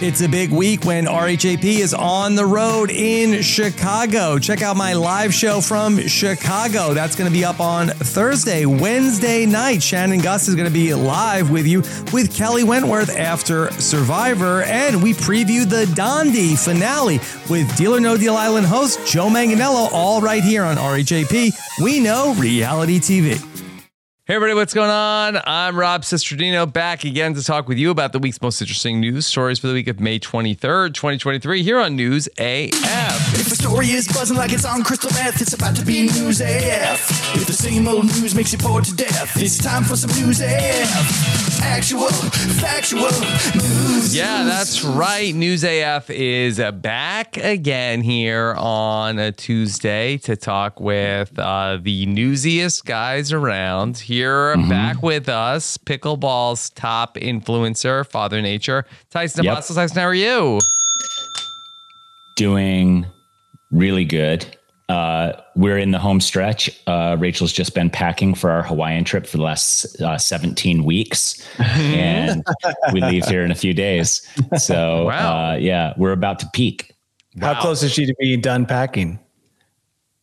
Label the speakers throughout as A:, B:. A: It's a big week when RHAP is on the road in Chicago. Check out my live show from Chicago. That's going to be up on Thursday, Wednesday night. Shannon Gus is going to be live with you with Kelly Wentworth after Survivor. And we preview the Dondi finale with Deal or No Deal Island host Joe Manganello, all right here on RHAP. We know reality TV. Hey everybody, what's going on? I'm Rob Sistradino back again to talk with you about the week's most interesting news stories for the week of May 23rd, 2023, here on News AF.
B: If the story is buzzing like it's on crystal meth, it's about to be news AF. If the same old news makes you bored to death, it's time for some news AF. Actual, factual news.
A: Yeah, that's right. News AF is uh, back again here on a Tuesday to talk with uh, the newsiest guys around. Here back with us, pickleball's top influencer, Father Nature, Tyson
C: Yep.
A: Apostles. Tyson, how are you?
C: doing really good. Uh, we're in the home stretch. Uh, Rachel's just been packing for our Hawaiian trip for the last uh, 17 weeks, and we leave here in a few days. So,
A: Wow.
C: uh, yeah, we're about to peak.
D: How
A: Wow.
D: close is she to being done packing?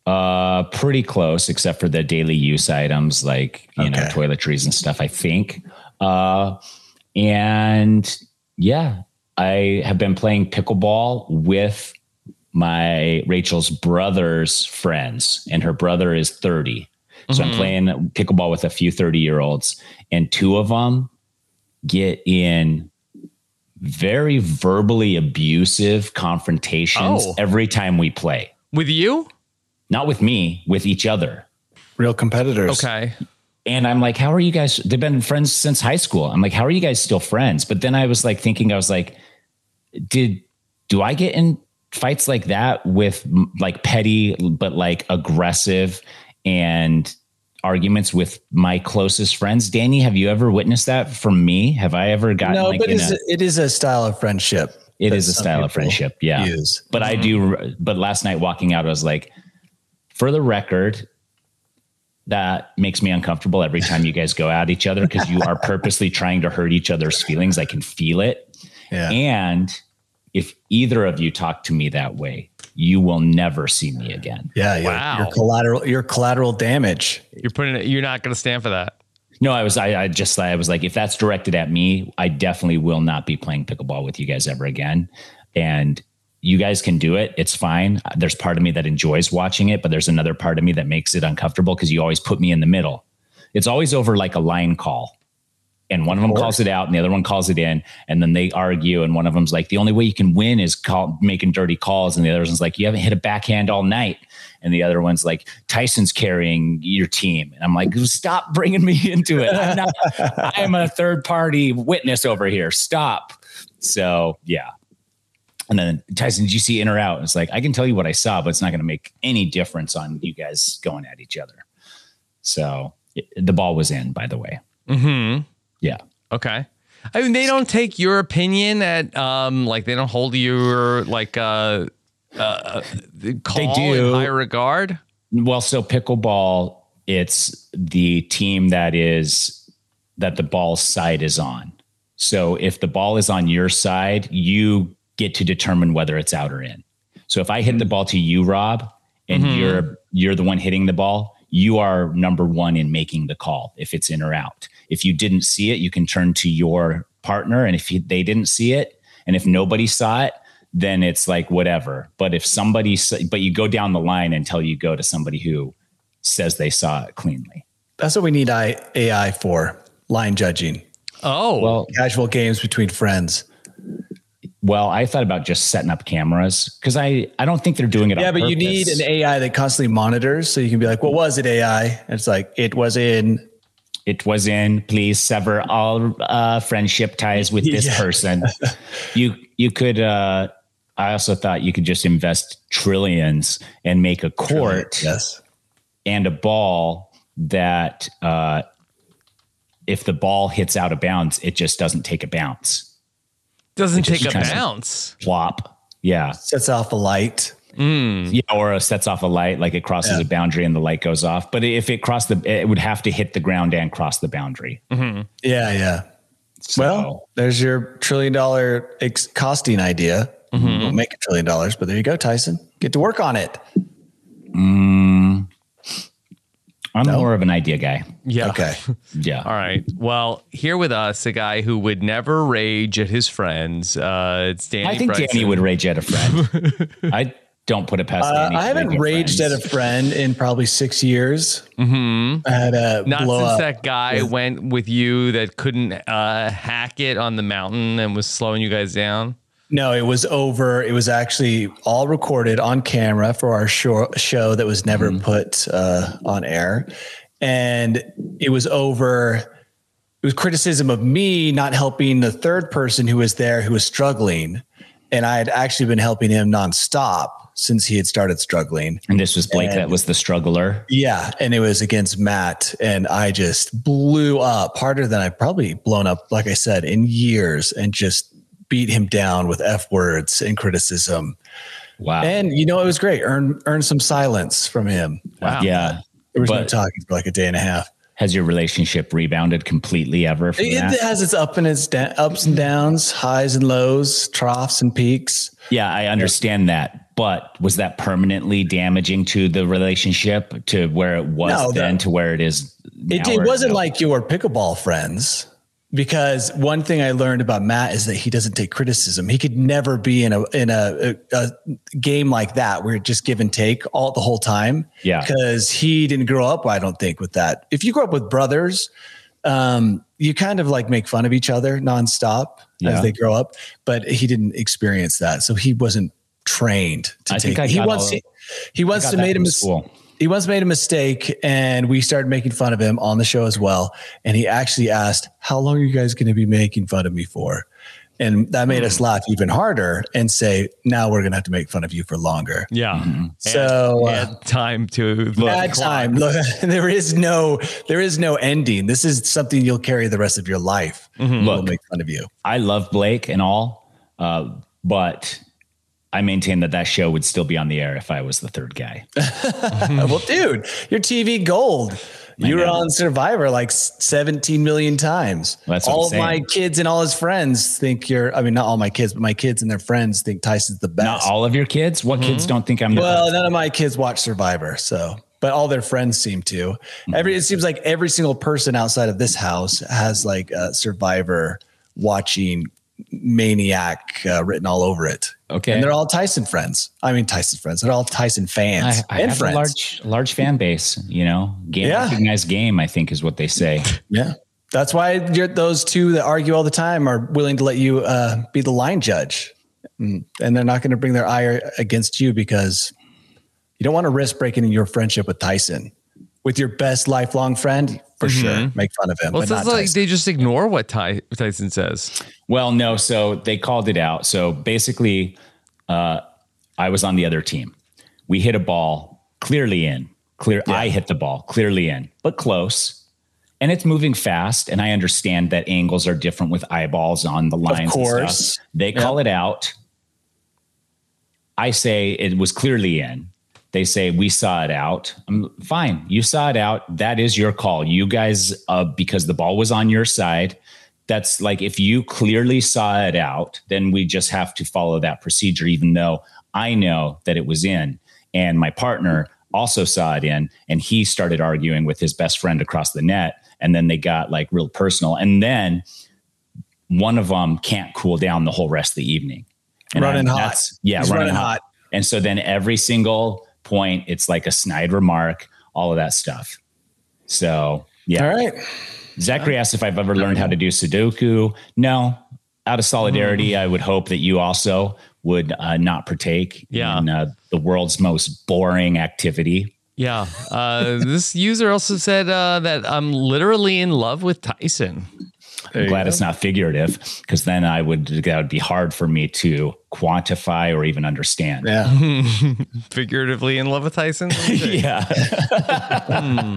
C: Uh, pretty close, except for the daily use items like you know
D: Okay.
C: toiletries and stuff. I think. Uh, and yeah, I have been playing pickleball with my Rachel's brother's friends, and her brother is thirty. So I'm playing pickleball with a few thirty-year-olds, and two of them get in very verbally abusive confrontations
A: Oh.
C: every time we play
A: With you?
C: not with me, with each other.
D: Real competitors.
A: Okay.
C: And I'm like, how are you guys? They've been friends since high school. I'm like, how are you guys still friends? But then I was like thinking, I was like, did do I get in fights like that with m- like petty but like aggressive and arguments with my closest friends? Danny, have you ever witnessed that from me? Have I ever gotten
D: No,
C: like
D: but
C: in
D: it's
C: a,
D: a, it is a style of friendship.
C: it
D: that
C: is a
D: some
C: style of
D: people
C: friendship? Yeah.
D: Use.
C: But I
D: Mm-hmm.
C: do. But last night walking out, I was like, for the record, that makes me uncomfortable every time you guys go at each other because you are purposely trying to hurt each other's feelings. I can feel it.
D: Yeah.
C: And if either of you talk to me that way, you will never see me again.
D: yeah. Your,
A: Wow.
D: your collateral, your collateral damage.
A: You're putting it, you're not going to stand for that.
C: No, I was, I, I just, I was like, if that's directed at me, I definitely will not be playing pickleball with you guys ever again. And you guys can do it. It's fine. There's part of me that enjoys watching it, but there's another part of me that makes it uncomfortable because you always put me in the middle. It's always over like a line call. And one of them calls it out and the other one calls it in. And then they argue. And one of them's like, the only way you can win is call, making dirty calls. And the other one's like, you haven't hit a backhand all night. And the other one's like, Tyson's carrying your team. And I'm like, stop bringing me into it. I'm not, I am a third party witness over here. Stop. So, yeah. And then Tyson, did you see in or out? And it's like, I can tell you what I saw, but it's not going to make any difference on you guys going at each other. So it- the ball was in, by the way.
A: Mm-hmm.
C: Yeah.
A: Okay. I mean, they don't take your opinion at um, like they don't hold your like uh, uh the call in
C: do.
A: high regard.
C: Well, so pickleball, it's the team that is that the ball side is on. So if the ball is on your side, you get to determine whether it's out or in. So if I hit the ball to you, Rob, and
A: Mhm.
C: you're you're the one hitting the ball, you are number one in making the call if it's in or out. If you didn't see it, you can turn to your partner, and if he, they didn't see it, and if nobody saw it, then it's like whatever. But if somebody, s- but you go down the line until you go to somebody who says they saw it cleanly.
D: That's what we need I, AI for line judging,
A: Oh,
C: Well,
D: casual games between friends.
C: well, I thought about just setting up cameras because I I don't think they're doing it.
D: Yeah,
C: on
D: but you need
C: purpose.
D: an AI that constantly monitors, so you can be like, "What was it, AI?" And it's like, "It was in
C: It was in. Please sever all uh, friendship ties with this
D: Yeah.
C: person. you you could. Uh, I also thought you could just invest trillions and make a court
D: Yes.
C: and a ball that uh, if the ball hits out of bounds, it just doesn't take a bounce.
A: Doesn't
C: It just
A: take a
C: kinda-
A: bounce.
C: Plop. Yeah.
D: Sets off a light.
C: Yeah. Or it sets off a light, like it crosses a boundary and the light goes off. But if it crossed the, it would have to hit the ground and cross the boundary.
D: Yeah, yeah.
C: So-
D: Mm-hmm. Well, there's your trillion dollar ex- costing idea. Don't make a trillion dollars, but there you go, Tyson. Get to work on it.
C: I'm more of an idea guy.
A: Yeah.
D: Okay.
C: Yeah.
A: All right. Well, here with us, a guy who would never rage at his friends. Uh, it's Danny.
C: I think
A: Bryson.
C: Danny would rage at a friend. I don't put it past
D: Uh,
C: Danny.
D: I
C: to
D: haven't
C: rage
D: raged
C: friends.
D: at a friend in probably six years. Mm-hmm. I had a
A: Not
D: blow
A: since
D: up.
A: that guy went with you that couldn't uh, hack it on the mountain and was slowing you guys down.
D: No, it was over. It was actually all recorded on camera for our show, show that was never put uh, on air. And it was over. It was criticism of me not helping the third person who was there who was struggling. And I had actually been helping him nonstop since he had started struggling.
C: And this was Blake that was the struggler.
D: Yeah. And it was against Matt. And I just blew up harder than I've probably blown up, like I said, in years and just beat him down with F words and criticism.
C: Wow.
D: And you know, it was great. Earn earn some silence from him.
A: Wow.
C: yeah.
D: There was no
C: But-
D: talking for like a day and a half.
C: Has your relationship rebounded completely ever? From
D: It,
C: that?
D: it has its up and its da- ups and downs, highs and lows, troughs and peaks.
C: Yeah, I understand that. But was that permanently damaging to the relationship to where it was
D: No,
C: then
D: no.
C: to where it is?
D: It,
C: now
D: it
C: or
D: wasn't
C: no?
D: like your pickleball friends, because one thing I learned about Matt is that he doesn't take criticism. He could never be in a in a, a, a game like that where it's just give and take all the whole time.
C: Yeah.
D: because he didn't grow up. I don't think with that. If you grow up with brothers, um, you kind of like make fun of each other nonstop
C: Yeah.
D: as they grow up. But he didn't experience that, so he wasn't trained to
C: I
D: take.
C: think I
D: he
C: got
D: once
C: all-
D: he, he once
C: got
D: to
C: that
D: made a
C: from
D: mis-
C: school.
D: he once made a mistake, and we started making fun of him on the show as well. And he actually asked, "How long are you guys going to be making fun of me for?" And that made us laugh even harder and say, "Now we're going to have to make fun of you for longer."
A: Yeah.
C: Mm-hmm.
D: So,
A: Add-
D: uh,
A: add time to look.
D: Bad time. Look, there is no, there is no ending. This is something you'll carry the rest of your life. We'll
C: Look.
D: make fun of you.
C: I love Blake and all, uh, but I maintain that that show would still be on the air if I was the third guy.
D: well, dude, you're TV gold. You were
C: know.
D: on Survivor like 17 million times.
C: That's what
D: all
C: I'm
D: of my
C: saying.
D: kids and all his friends think you're. I mean, not all my kids, but my kids and their friends think Tyson's the
C: Not
D: best.
C: all of your kids. What kids don't think I'm the
D: Mm-hmm. well, none of my kids watch Survivor, so but all their friends seem to.
C: Mm-hmm.
D: Every it seems like every single person outside of this house has like a Survivor watching maniac uh, written all over it.
C: Okay.
D: and they're all Tyson friends. I mean, Tyson friends. They're all Tyson fans
C: I, I
D: and
C: have
D: friends.
C: a large, large fan base. You know, game
D: Yeah.
C: recognized game. I think is what they say.
D: Yeah. That's why you're, those two that argue all the time are willing to let you uh, be the line judge. Mm. And they're not going to bring their ire against you because you don't want to risk breaking your friendship with Tyson. With your best lifelong friend, for sure, make fun of him.
A: Well,
D: but
A: it's
D: not
A: just like
D: Tyson.
A: they just ignore what Ty- Tyson says.
C: Well, no. So they called it out. So basically, uh, I was on the other team. We hit a ball clearly in. Clear. I hit the ball clearly in, but close. And it's moving fast. And I understand that angles are different with eyeballs on the lines. and stuff.
D: course.
C: They call it out. I say it was clearly in. They say we saw it out. I'm fine. You saw it out. That is your call. You guys, uh, because the ball was on your side. That's like if you clearly saw it out, then we just have to follow that procedure, even though I know that it was in. And my partner also saw it in, and he started arguing with his best friend across the net. And then they got like real personal. And then one of them can't cool down the whole rest of the evening. And
D: Running hot.
C: that's- Yeah,
D: He's
C: running,
D: running
C: hot.
D: hot.
C: And so then every single point, it's like a snide remark, all of that stuff. So yeah.
D: all right.
C: Zachary asked if I've ever learned how to do Sudoku. No. Out of solidarity,
A: Hmm.
C: I would hope that you also would uh, not partake
A: Yeah.
C: in uh, the world's most boring activity.
A: Yeah. Uh, this user also said uh, that I'm literally in love with Tyson.
C: I'm glad it's not figurative because then I would that would be hard for me to quantify or even understand.
D: Yeah.
A: Figuratively in love with Tyson.
C: Yeah.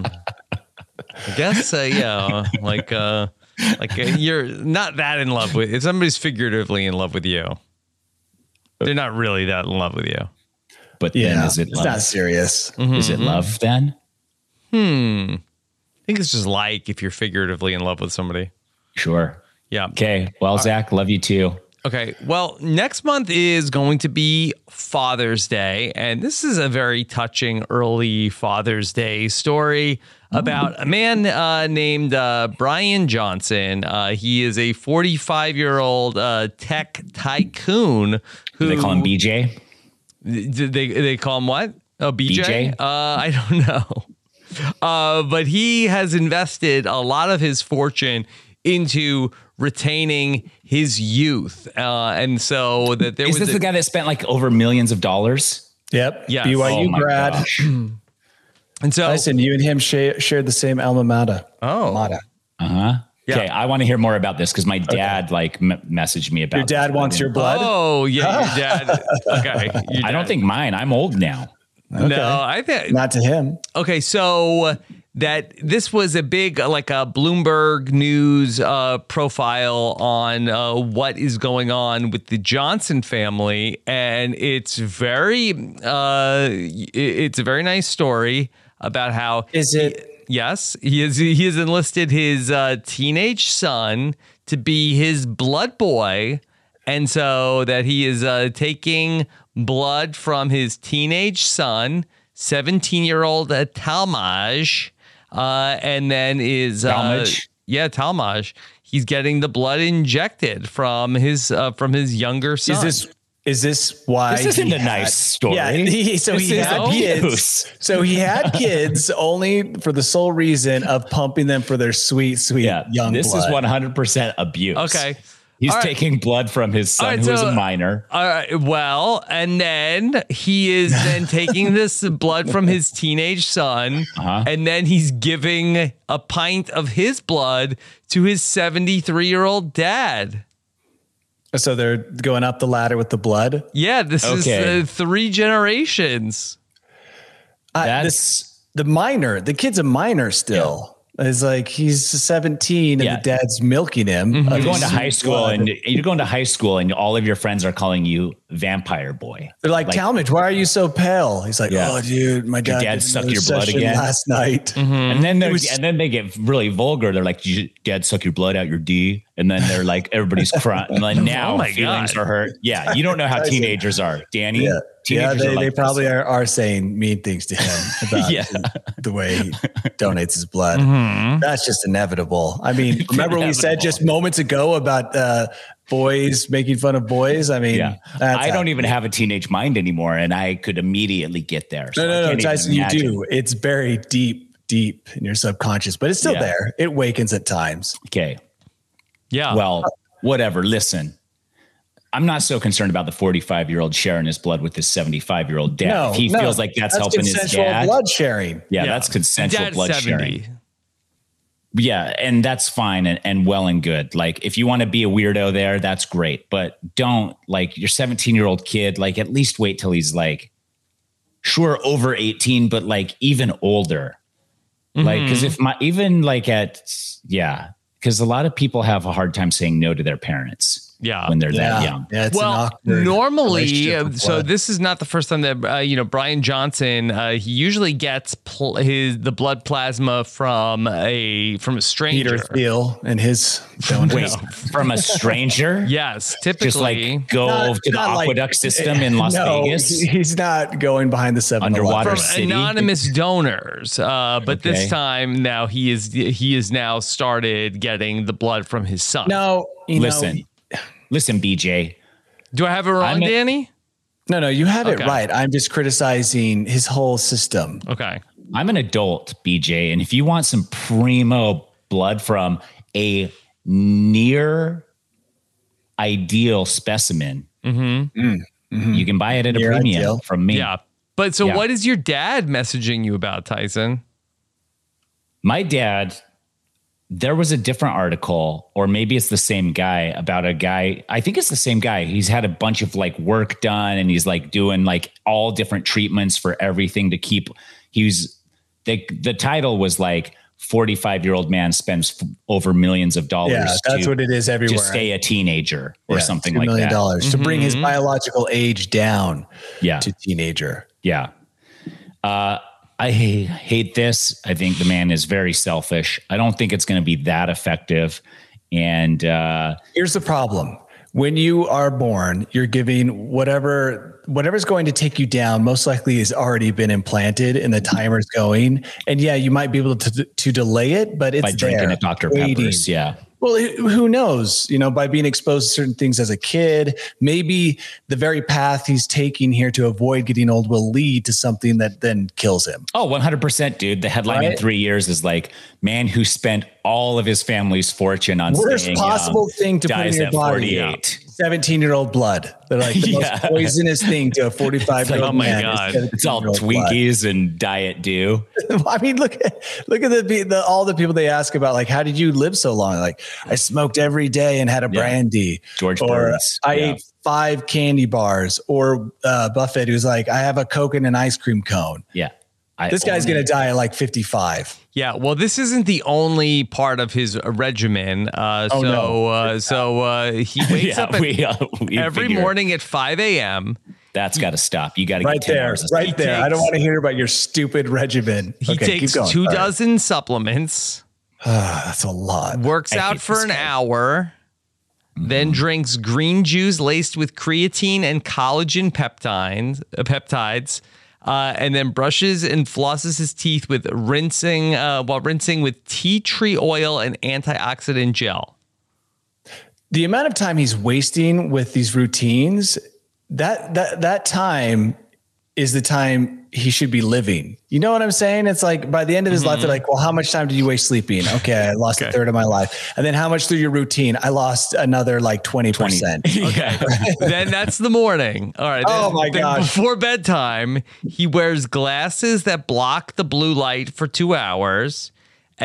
A: I guess. Uh, yeah. Like, uh, like uh, you're not that in love with. If somebody's figuratively in love with you, they're not really that in love with you.
C: But
D: Yeah.
C: then is it Mm-hmm.
D: it's not
C: love?
D: serious.
C: Is
A: Mm-hmm.
C: it love then?
A: I think it's just like if you're figuratively in love with somebody.
C: Sure.
A: Yeah.
C: Okay. Well, Zach, love you too.
A: Okay. Well, next month is going to be Father's Day. And this is a very touching early Father's Day story about a man uh, named uh, Brian Johnson. Uh, he is a 45 year old uh, tech tycoon who
C: Do they call him BJ?
A: did they they call him what? Oh,
C: BJ?
A: BJ. Uh, I don't know. Uh, but he has invested a lot of his fortune into retaining his youth, uh, and so that there
C: Is
A: was
C: this
A: a-
C: the guy that spent like over millions of dollars? Oh
D: Yep.
A: Yes.
D: BYU
C: my
D: grad.
C: gosh.
A: and so
D: Tyson, you and him share, shared the same alma mater.
A: Oh.
D: Mater.
C: Okay, I want to hear more about this because my dad like m- messaged me about
D: Your dad
C: this.
D: wants your blood.
A: oh yeah, your dad. Okay, your
C: I don't
A: dad.
C: think mine. I'm old now.
A: no. I think
D: Not to him.
A: Okay, so that this was a big uh, like a Bloomberg News uh, profile on uh, what is going on with the Johnson family, and it's very uh, it- it's a very nice story about how
D: Is it?
A: yes he is he has enlisted his uh, teenage son to be his blood boy, and so that he is uh, taking blood from his teenage son, 17 year old uh, Talmage, uh, and then is uh,
C: Talmage?
A: yeah Talmage. He's getting the blood injected from his uh, from his younger son.
D: Is this? Is this why?
C: This isn't
D: he
C: a nice story.
D: Yeah, he, so
C: This
D: he
C: is
D: had
C: abuse.
D: kids. So he had kids only for the sole reason of pumping them for their sweet, sweet
C: Yeah,
D: young.
C: this
D: blood.
C: is 100% abuse.
A: okay?
C: He's
A: All right.
C: taking blood from his
A: All
C: son,
A: right,
C: who is
A: so-
C: a minor.
A: All right. Well, and then he is then taking this blood from his teenage son,
C: Uh-huh.
A: and then he's giving a pint of his blood to his 73 year old dad.
D: So they're going up the ladder with the blood.
A: Yeah, this
C: Okay.
A: is uh, three generations.
D: I-
C: That's-
D: Uh, this, the minor. The kid's a minor still. It's like he's 17 and
C: Yeah.
D: the dad's milking him.
C: You're going to high school
D: blood.
C: and you're going to high school and all of your friends are calling you vampire boy.
D: They're like, Talmadge, why are you so pale? He's like,
C: Yeah.
D: oh, dude, my dad,
C: dad
D: did
C: sucked
D: another
C: your blood
D: session
C: again?" Mm-hmm.
D: last night.
A: Hmm.
C: And then they
D: was-
C: and then they get really vulgar. They're like, "You- "Dad, suck your blood out your D." And then they're like, everybody's crying. And like now
A: Oh my
C: feelings
A: God.
C: are hurt. Yeah, you don't know how teenagers are, Danny.
D: Yeah, yeah
C: Teenagers
D: they,
C: are like
D: they
C: this.
D: probably are, are saying mean things to him about
C: Yeah. Mm-hmm.
D: the way he donates his blood. That's just inevitable. I mean, remember we said
C: Inevitable.
D: just moments ago about uh, boys making fun of boys? I mean,
C: Yeah,
D: that's
C: I don't
D: happening.
C: even have a teenage mind anymore, and I could immediately get there. So I
D: No, no, no,
C: can't even
D: Tyson, you
C: imagine.
D: do. It's buried deep, deep in your subconscious, but it's still
C: Yeah.
D: there. It wakens at times.
C: Okay,
D: Oh.
A: Yeah.
C: well, whatever. Listen, I'm not so concerned about the 45 year old sharing his blood with his 75 year old dad.
D: no,
C: if he
D: no,
C: feels like that's, helping his
D: consensual
C: dad.
D: blood sharing.
A: Yeah.
C: Yeah, that's consensual
A: Dad's
C: blood sharing. Yeah, and that's fine and, and well and good. Like, if you want to be a weirdo there, that's great. But don't, like, your 17 year old kid, like, at least wait till he's like, sure, over 18, but like even older. Like,
D: Mm-hmm.
C: because if my, even like at, yeah, because a lot of people have a hard time saying no to their parents
A: Yeah.
C: when they're
D: Uh, Yeah,
C: that young.
D: yeah, it's an
A: well,
D: awkward
A: normally,
D: relationship
A: uh,
D: with
A: so
D: blood.
A: this is not the first time that uh, you know Brian Johnson. Uh, he usually gets pl- his the blood plasma from a from a stranger.
D: Peter Thiel and his
C: Wait, from a stranger?
A: Yes, typically.
C: Just like go
D: Not-
C: to the
D: not like-
C: aqueduct system in Las
D: no,
C: Vegas.
D: he- He's not going behind the seven
C: Underwater.
A: from
C: City?
A: anonymous donors, uh, but
C: Okay.
A: this time now he is he is now started getting the blood from his son.
D: No, you
C: Listen,
D: know-
C: listen, BJ.
A: do I have it wrong,
C: I'm a-
A: Danny?
D: no, no, you have
A: Okay.
D: it right. I'm just criticizing his whole system.
A: Okay,
C: I'm an adult, BJ, and if you want some primo blood from a near ideal specimen, you can buy it at a
D: Near
C: premium
D: ideal.
C: from me.
A: Mm-hmm. yeah, But so,
C: Yeah.
A: what is your dad messaging you about, Tyson?
C: My dad, there was a different article, or maybe it's the same guy about a guy. I think it's the same guy. He's had a bunch of like work done and he's like doing like all different treatments for everything to keep. He's the, the title was like 45 year old man spends f- over millions of dollars.
D: Yeah, that's
C: to
D: what it is everywhere.
C: Just stay a teenager or
D: Yeah,
C: something
D: $2
C: like
D: million
C: that. Mm-hmm.
D: dollars to bring his biological age down
C: Yeah.
D: to teenager.
C: Yeah. Uh, I ha- hate this. I think the man is very selfish. I don't think it's going to be that effective. And uh,
D: Here's the problem. When you are born, you're giving whatever whatever's going to take you down most likely has already been implanted and the timer's going. And yeah, you might be able to to delay it, but it's
C: by drinking
D: there,
C: a Dr.
D: waiting.
C: Peppers, yeah,
D: Well, who who knows? You know, by being exposed to certain things as a kid, maybe the very path he's taking here to avoid getting old will lead to something that then kills him.
C: Oh, 100%, dude. The headline in
D: Right?
C: three years is like, man who spent all of his family's fortune on
D: Worst
C: staying
D: possible
C: young
D: thing to put in
C: dies
D: your
C: at
D: body.
C: 48.
D: 17 year old blood. They're like the
C: Yeah.
D: most poisonous thing to a 45 year
A: oh
D: old
A: my
D: man.
A: God.
C: It's all Twinkies and Diet Dew.
D: I mean, look at look at the, pe- the all the people they ask about. Like, how did you live so long? Like, I smoked every day and had a brandy.
C: George
D: or
C: Burns.
D: I
C: Yeah.
D: ate five candy bars. Or uh, Buffett, who's like, I have a coke and an ice cream cone.
C: Yeah. I
D: This guy's
C: only-
D: gonna die at like 55.
A: Yeah, well, this isn't the only part of his regimen. Uh, so,
D: no.
A: uh, so uh, he wakes
C: Oh, Yeah,
A: up at,
C: we, uh, we
A: every
C: figure
A: morning at 5 a.m.
C: That's got to stop. You got to
D: Right
C: get 10
D: there,
C: hours of
D: right
C: sleep.
D: there. I don't
A: takes-
D: want to hear about your stupid regimen.
A: He takes
D: keep going.
A: two
D: All right.
A: dozen supplements,
D: That's a lot.
A: works
C: I
A: out
C: hate
A: for
C: this
A: an
C: guy.
A: hour,
D: Mm.
A: then drinks green juice laced with creatine and collagen peptides, uh, peptides uh, and then brushes and flosses his teeth with rinsing uh, while rinsing with tea tree oil and antioxidant gel.
D: the amount of time he's wasting with these routines that that that time is the time he should be living you know what i'm saying it's like by the end of his life they're
C: Mm-hmm.
D: like well how much time did you waste sleeping okay i lost a third of my life and then how much through your routine i lost another like 20%,
C: Okay.
A: then that's the morning. All right.
D: Oh
A: then-
D: my
A: then
D: gosh.
A: Before bedtime, he wears glasses that block the blue light for two hours,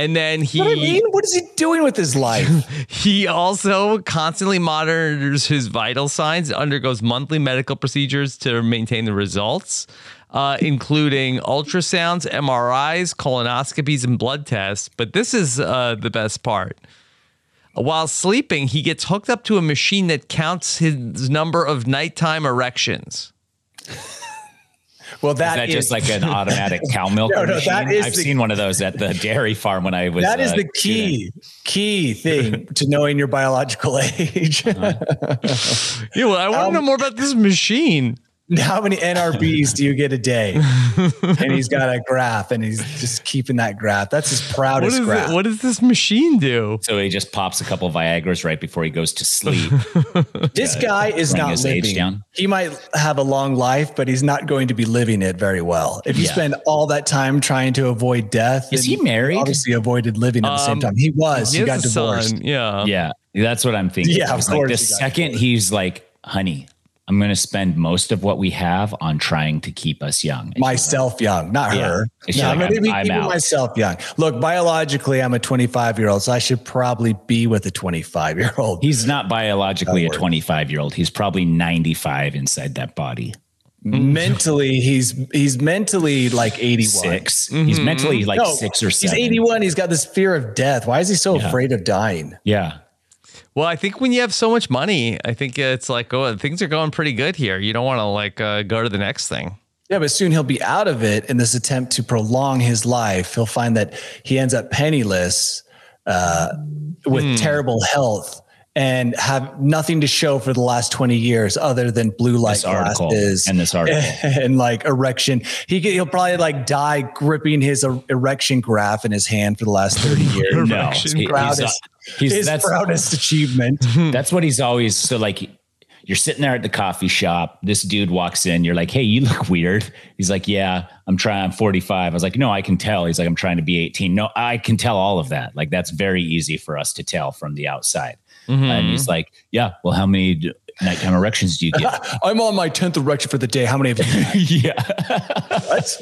A: and then he
D: What I mean? What is he doing with his life?
A: he also constantly monitors his vital signs, undergoes monthly medical procedures to maintain the results, uh, including ultrasounds, MRIs, colonoscopies, and blood tests. But this is uh, the best part. While sleeping, he gets hooked up to a machine that counts his number of nighttime erections.
D: Well,
C: Is that just like an automatic cow milk
D: No, no,
C: machine?
D: that is
C: I've
D: the-
C: seen one of those at the dairy farm when I was.
D: that is
C: uh,
D: the key key thing to knowing your biological age.
C: Uh-huh.
A: Yeah, well, I
D: Um,
A: want to know more about this machine.
D: how many NRBs do you get a day? and he's got a graph and he's just keeping that graph. That's his
A: What
D: proudest
A: is
D: graph.
A: it, what does this machine do?
C: So he just pops a couple Viagra's right before he goes to sleep.
D: this guy is
C: bring
D: not
C: his age
D: living.
C: down?
D: He might have a long life, but he's not going to be living it very well. If you spend all that time trying to avoid death,
C: Is
D: then
C: he
D: you
C: married?
D: Obviously, avoided living at the same time. He was. He,
A: has
D: got
A: a
D: divorced.
A: son, Yeah.
C: yeah, that's what I'm thinking.
D: Yeah, of
C: It's like
D: course
C: The
D: he got
C: second he's like, "Honey, I'm going to spend most of what we have on trying to keep us young." And
D: Myself young, not
C: Yeah.
D: her.
C: She's
D: No,
C: like,
D: I'm, gonna
C: I'm-
D: be
C: I'm
D: keeping
C: out.
D: myself young. Look, biologically, I'm a 25 year old, so I should probably be with a 25 year old.
C: He's not biologically a 25 year old. He's probably 95 inside that body. Mm.
D: mentally he's he's mentally like 81
C: 6 He's mentally like
D: No,
C: six or seven.
D: he's 81 he's got this fear of death why is he so afraid of dying
C: Yeah.
A: Well, I think when you have so much money, I think it's like, oh, things are going pretty good here. You don't want to like uh, go to the next thing.
D: yeah but soon he'll be out of it in this attempt to prolong his life he'll find that he ends up penniless uh, with
C: Hmm.
D: terrible health and have nothing to show for the last 20 years other than blue light
C: This article
D: glasses
C: and this article.
D: and like erection. He could, he'll probably like die gripping his er- erection graph in his hand for the last thirty years.
C: no,
A: Erection
C: he- he's,
D: proudest-
C: not- he's-
D: his
C: that's
D: proudest achievement.
A: Hmm.
C: That's what he's always so like. You're sitting there at the coffee shop. This dude walks in. You're like, "Hey, you look weird." He's like, "Yeah, I'm trying. I'm 45." I was like, "No, I can tell." He's like, "I'm trying to be 18." No, I can tell all of that.
A: Mm-hmm.
C: Like that's very easy for us to tell from the outside. And he's like, "Yeah, well, how many d- nighttime erections do you get?
D: I'm on my 10th erection for the day. How many of you? had?
C: yeah.
D: What?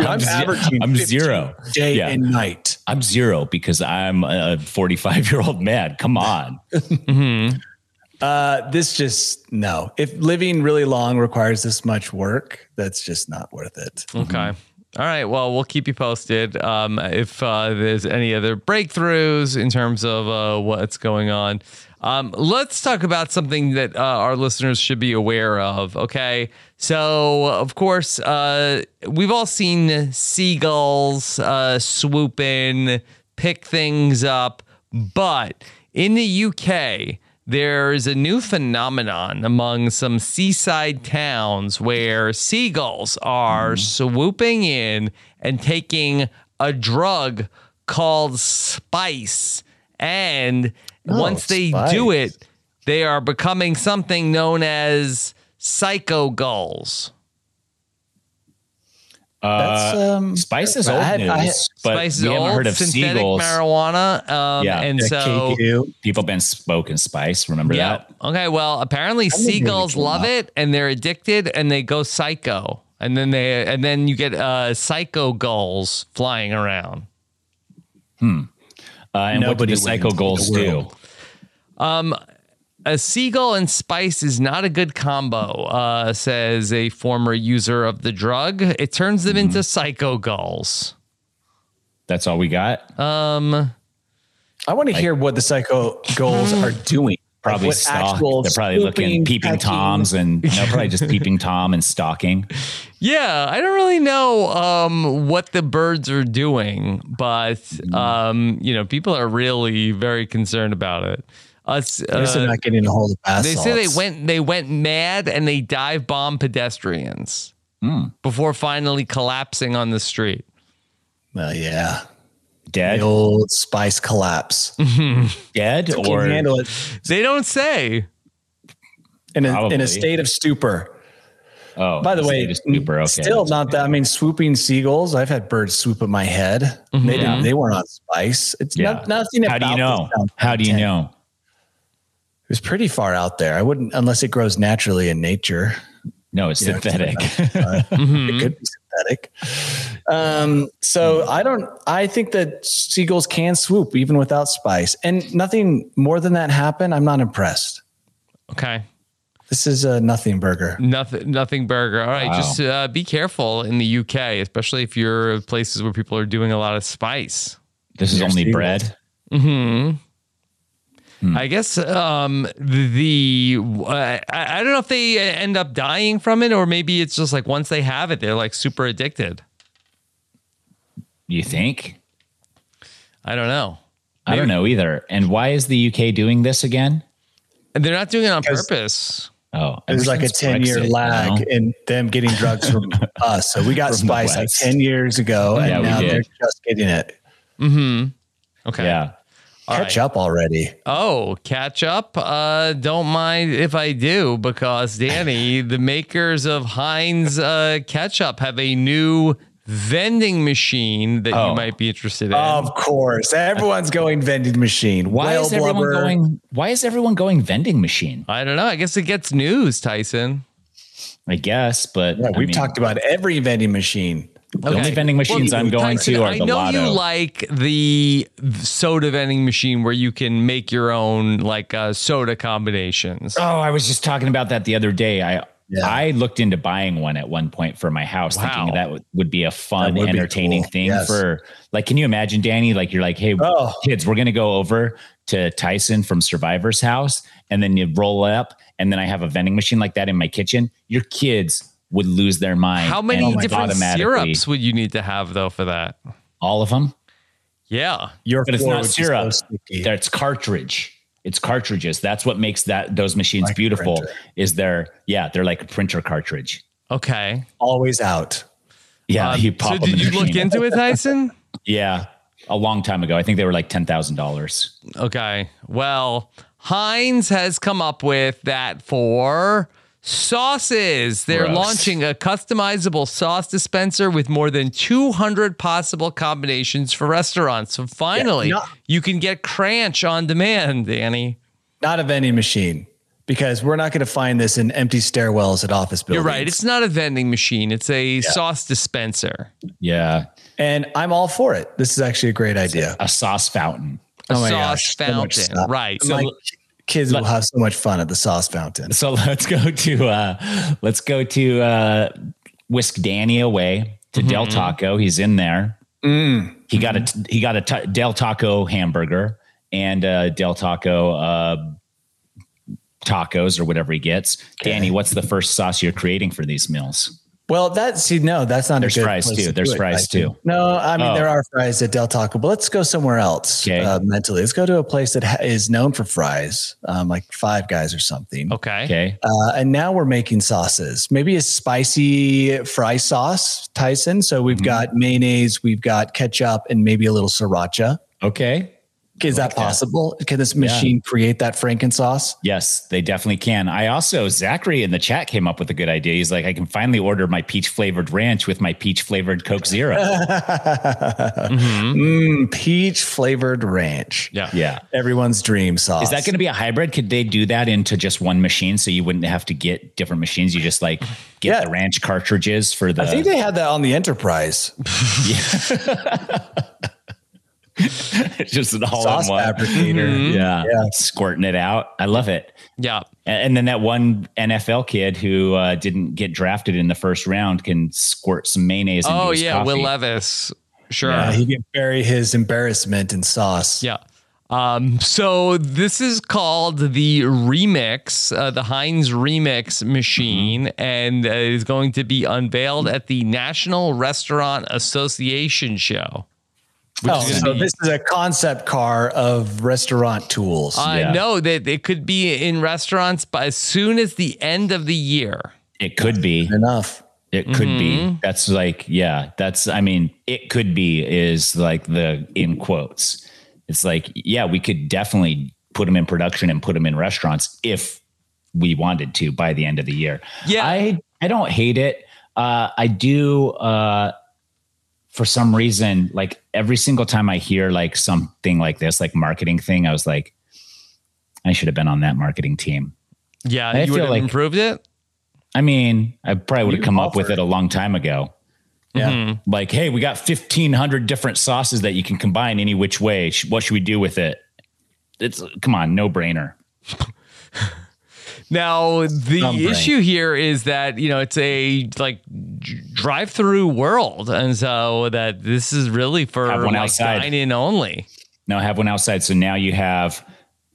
C: I'm, ze-
D: averaging
C: I'm
D: 15
C: zero.
D: Day
C: Yeah.
D: and night.
C: I'm zero because I'm a 45 year old man. Come on.
D: Uh, this just, no. If living really long requires this much work, that's just not worth it.
C: Hmm.
A: Okay. All right. Well, we'll keep you posted um, if uh, there's any other breakthroughs in terms of uh, what's going on. Um, let's talk about something that uh, our listeners should be aware of. Okay. So, of course, uh, we've all seen seagulls uh, swoop in, pick things up, but in the UK, there's a new phenomenon among some seaside towns where seagulls are
C: Hmm.
A: swooping in and taking a drug called spice. And
C: Oh,
A: once they do
D: spice.
A: it, they are becoming something known as psycho gulls.
D: That's, um,
C: Uh, Spice is
D: I
C: old
D: had-
C: news,
D: I had-
C: but
A: Spice
C: we
A: is
C: haven't
A: old,
C: heard of
A: synthetic
C: seagulls.
A: marijuana. Um,
C: Yeah.
A: And
D: that
A: so,
D: KQ.
C: People been spoken spice. Remember
A: Yeah.
C: that?
A: Okay. Well, apparently seagulls love it and they're addicted and they go psycho. And then they and then you get uh psycho gulls flying around.
C: Uh, and what do
D: Nobody
C: the psycho
D: wins in the
C: goals do?
D: world.
A: A seagull and spice is not a good combo, uh, says a former user of the drug. It turns them into psycho gulls.
C: That's all we got.
D: Uh,
A: Um,
D: I want to hear what the psycho goals are doing.
C: Hmm. probably
D: Like what
C: stalk.
D: actual
C: They're probably looking
D: swooping,
C: peeping
D: catching-
C: toms and no, probably just peeping tom and stalking.
A: Yeah, I don't really know um, what the birds are doing, but um, you know, people are really very concerned about it. Us,
D: At least
A: uh,
D: they're not getting a hold of bath
A: they say they
D: salts.
A: went they went mad and they dive bomb pedestrians before finally collapsing on the street.
D: Well, yeah.
C: Dead,
D: The old spice collapse.
C: dead,
D: Can
C: or
D: handle it
A: They don't say.
D: in a, in
C: Probably.
D: a state of stupor.
C: oh,
D: By the
C: so
D: way,
C: they just super okay.
D: still not that. I mean, swooping seagulls. I've had birds swoop at my head. They didn't. They weren't on spice. It's
C: Mm-hmm. Yeah.
D: not, nothing.
C: How do you
D: about
C: know?
D: this sounds
C: How do you
D: content.
C: know?
D: It was pretty far out there. I wouldn't, unless it grows naturally in nature.
C: No, it's
D: You know,
C: synthetic.
A: Mm-hmm.
C: Mm-hmm.
D: It could be synthetic. Um, so I don't. I think that seagulls can swoop even without spice, and nothing more than that happened. I'm not impressed.
A: Okay,
D: This is a nothing burger.
A: nothing, nothing burger. All right,
C: Wow.
A: just uh, be careful in the UK, especially if you're places where people are doing a lot of spice.
C: this is only
D: seagulls.
C: bread.
A: Hmm. I guess um, the uh, I, I don't know if they uh, end up dying from it or maybe it's just like once they have it they're like super addicted.
C: You think?
A: I don't know.
C: I don't know either. And why is the UK doing this again?
A: And they're not doing it on purpose.
C: Oh, ever
D: There's like a
C: since
D: 10 year
C: Brexit, you
D: lag
C: know?
D: in them getting drugs from us. So we got
C: From the
D: spice like
C: West.
D: 10 years ago, and
C: Yeah, we
D: now
C: did.
D: they're just getting it.
A: Okay.
C: Yeah.
D: Catch up already.
A: Oh, catch up. Uh, don't mind if I do, because Danny, the makers of Heinz uh, ketchup, have a new vending machine that you
C: Oh. Um,
A: might be interested in.
D: Of course. Everyone's going vending machine.
C: Why
D: Whale
C: is everyone
D: blubber.
C: going? Why is everyone going vending machine?
A: I don't know. I guess it gets news, Tyson.
C: I guess, but
D: Yeah,
C: I
D: we've
C: mean,
D: talked about every vending machine.
C: the only vending machines I'm going
A: Tyson,
C: to are
A: I
C: the
A: know
C: lotto.
A: you like the soda vending machine where you can make your own like uh, soda combinations.
C: Oh, I was just talking about that the other day. I
D: Yeah.
C: I looked into buying one at one point for my house,
A: Wow.
C: thinking that would, would be a fun,
D: That would be
C: entertaining
D: cool.
C: thing
D: Yes.
C: for like. Can you imagine, Danny? Like you're like, hey,
D: Oh.
C: kids, we're gonna go over to Tyson from Survivor's house, and then you roll up, and then I have a vending machine like that in my kitchen. Your kids would lose their mind.
A: How
C: and oh
A: many different
C: automatically-
A: syrups would you need to have though for that?
C: All of them.
A: Yeah.
D: Your
C: But it's
D: floor
C: not
D: would be so
C: syrup.
D: sticky.
C: That's cartridge. It's cartridges. That's what makes that those machines
D: Like a
C: beautiful.
D: printer.
C: Is they're yeah, they're like a printer cartridge.
A: Okay.
D: Always out.
C: Yeah,
D: Uh,
A: Um,
C: you pop
A: so
C: them in
A: did
C: the
A: you look
C: machine.
A: into it, Tyson?
C: Yeah, a long time ago. I think they were like ten thousand dollars.
A: Okay. Well, Heinz has come up with that for sauces. They're
C: Gross.
A: launching a customizable sauce dispenser with more than 200 possible combinations for restaurants. So finally,
D: no-
A: you can get Cranch on demand, Danny.
D: not a vending machine because we're not going to find this in empty stairwells at office buildings.
A: You're right. It's not a vending machine. It's a sauce dispenser.
C: Yeah.
D: and I'm all for it. This is actually a great idea.
C: A sauce fountain.
A: A
D: Oh my
A: sauce
D: gosh, so much
A: fountain.
D: stuff.
A: right.
D: My kids will have so much fun at the sauce fountain.
C: So let's go to uh let's go to uh whisk Danny away to Del Taco. He's in there. He got a he got a t- Del Taco hamburger and uh Del Taco uh tacos or whatever he gets. Danny, what's the first sauce you're creating for these meals?
D: Well, that's see, no, that's not
C: There's
D: a good
C: fries,
D: place
C: too.
D: to
C: There's
D: do it,
C: fries,
D: I think.
C: too.
D: No, I mean
C: Oh.
D: there are fries at Del Taco, but let's go somewhere else
C: Okay.
D: uh, mentally. Let's go to a place that ha- is known for fries, um, like Five Guys or something.
A: Okay.
C: Okay.
D: Uh, and now we're making sauces. Maybe a spicy fry sauce, Tyson. So
C: Mm-hmm.
D: we've got mayonnaise, we've got ketchup, and maybe a little sriracha.
C: Okay.
D: Is that possible? Can this machine create that Franken sauce?
C: Yes, they definitely can. I also Zachary in the chat came up with a good idea. He's like, I can finally order my peach flavored ranch with my peach flavored Coke Zero.
D: Mm, peach flavored ranch.
A: Yeah.
C: yeah.
D: Everyone's dream sauce.
C: Is that going to be a hybrid? Could they do that into just one machine so you wouldn't have to get different machines? You just like get
D: Yeah.
C: the ranch cartridges for the.
D: I think they had that on the Enterprise.
C: it's just an all
D: sauce
C: in one. Mm-hmm.
D: fabricator.
A: Mm-hmm.
C: Yeah. Squirting it out. I love it.
A: Yeah.
C: A- And then that one NFL kid who uh, didn't get drafted in the first round can squirt some mayonnaise. Into
A: Oh
C: his
A: yeah,
C: coffee.
A: Will Levis. Sure.
D: Uh, he can bury his embarrassment in sauce.
A: Yeah. Um, so this is called the remix, uh, the Heinz remix machine,
C: Mm-hmm.
A: and uh, is going to be unveiled at the National Restaurant Association show.
D: Oh, so this is a concept car of restaurant tools.
A: I know that it could be in restaurants by as soon as the end of the year.
C: It could be.
D: Enough.
C: It could be. That's like, yeah, that's, I mean, it could be is like the in quotes. It's like, yeah, we could definitely put them in production and put them in restaurants if we wanted to by the end of the year.
A: Yeah.
C: I, I don't hate it. Uh, I do, uh, for some reason, like every single time I hear like something like this, like marketing thing, I was like, I should have been on that marketing team.
A: Yeah,
C: I
A: you would
C: feel
A: have
C: like-
A: improved it.
C: I mean, I probably would have come up with it a long time ago
D: Yeah.
C: like, hey, we got 1500 different sauces that you can combine any which way. Sh- What should we do with it? It's come on, no brainer.
A: Now the
D: Some
A: issue here is that you know it's a like drive-through world, and so that this is really for
C: Have one
A: like
C: outside.
A: dine-in only.
C: Now have one outside. So now you have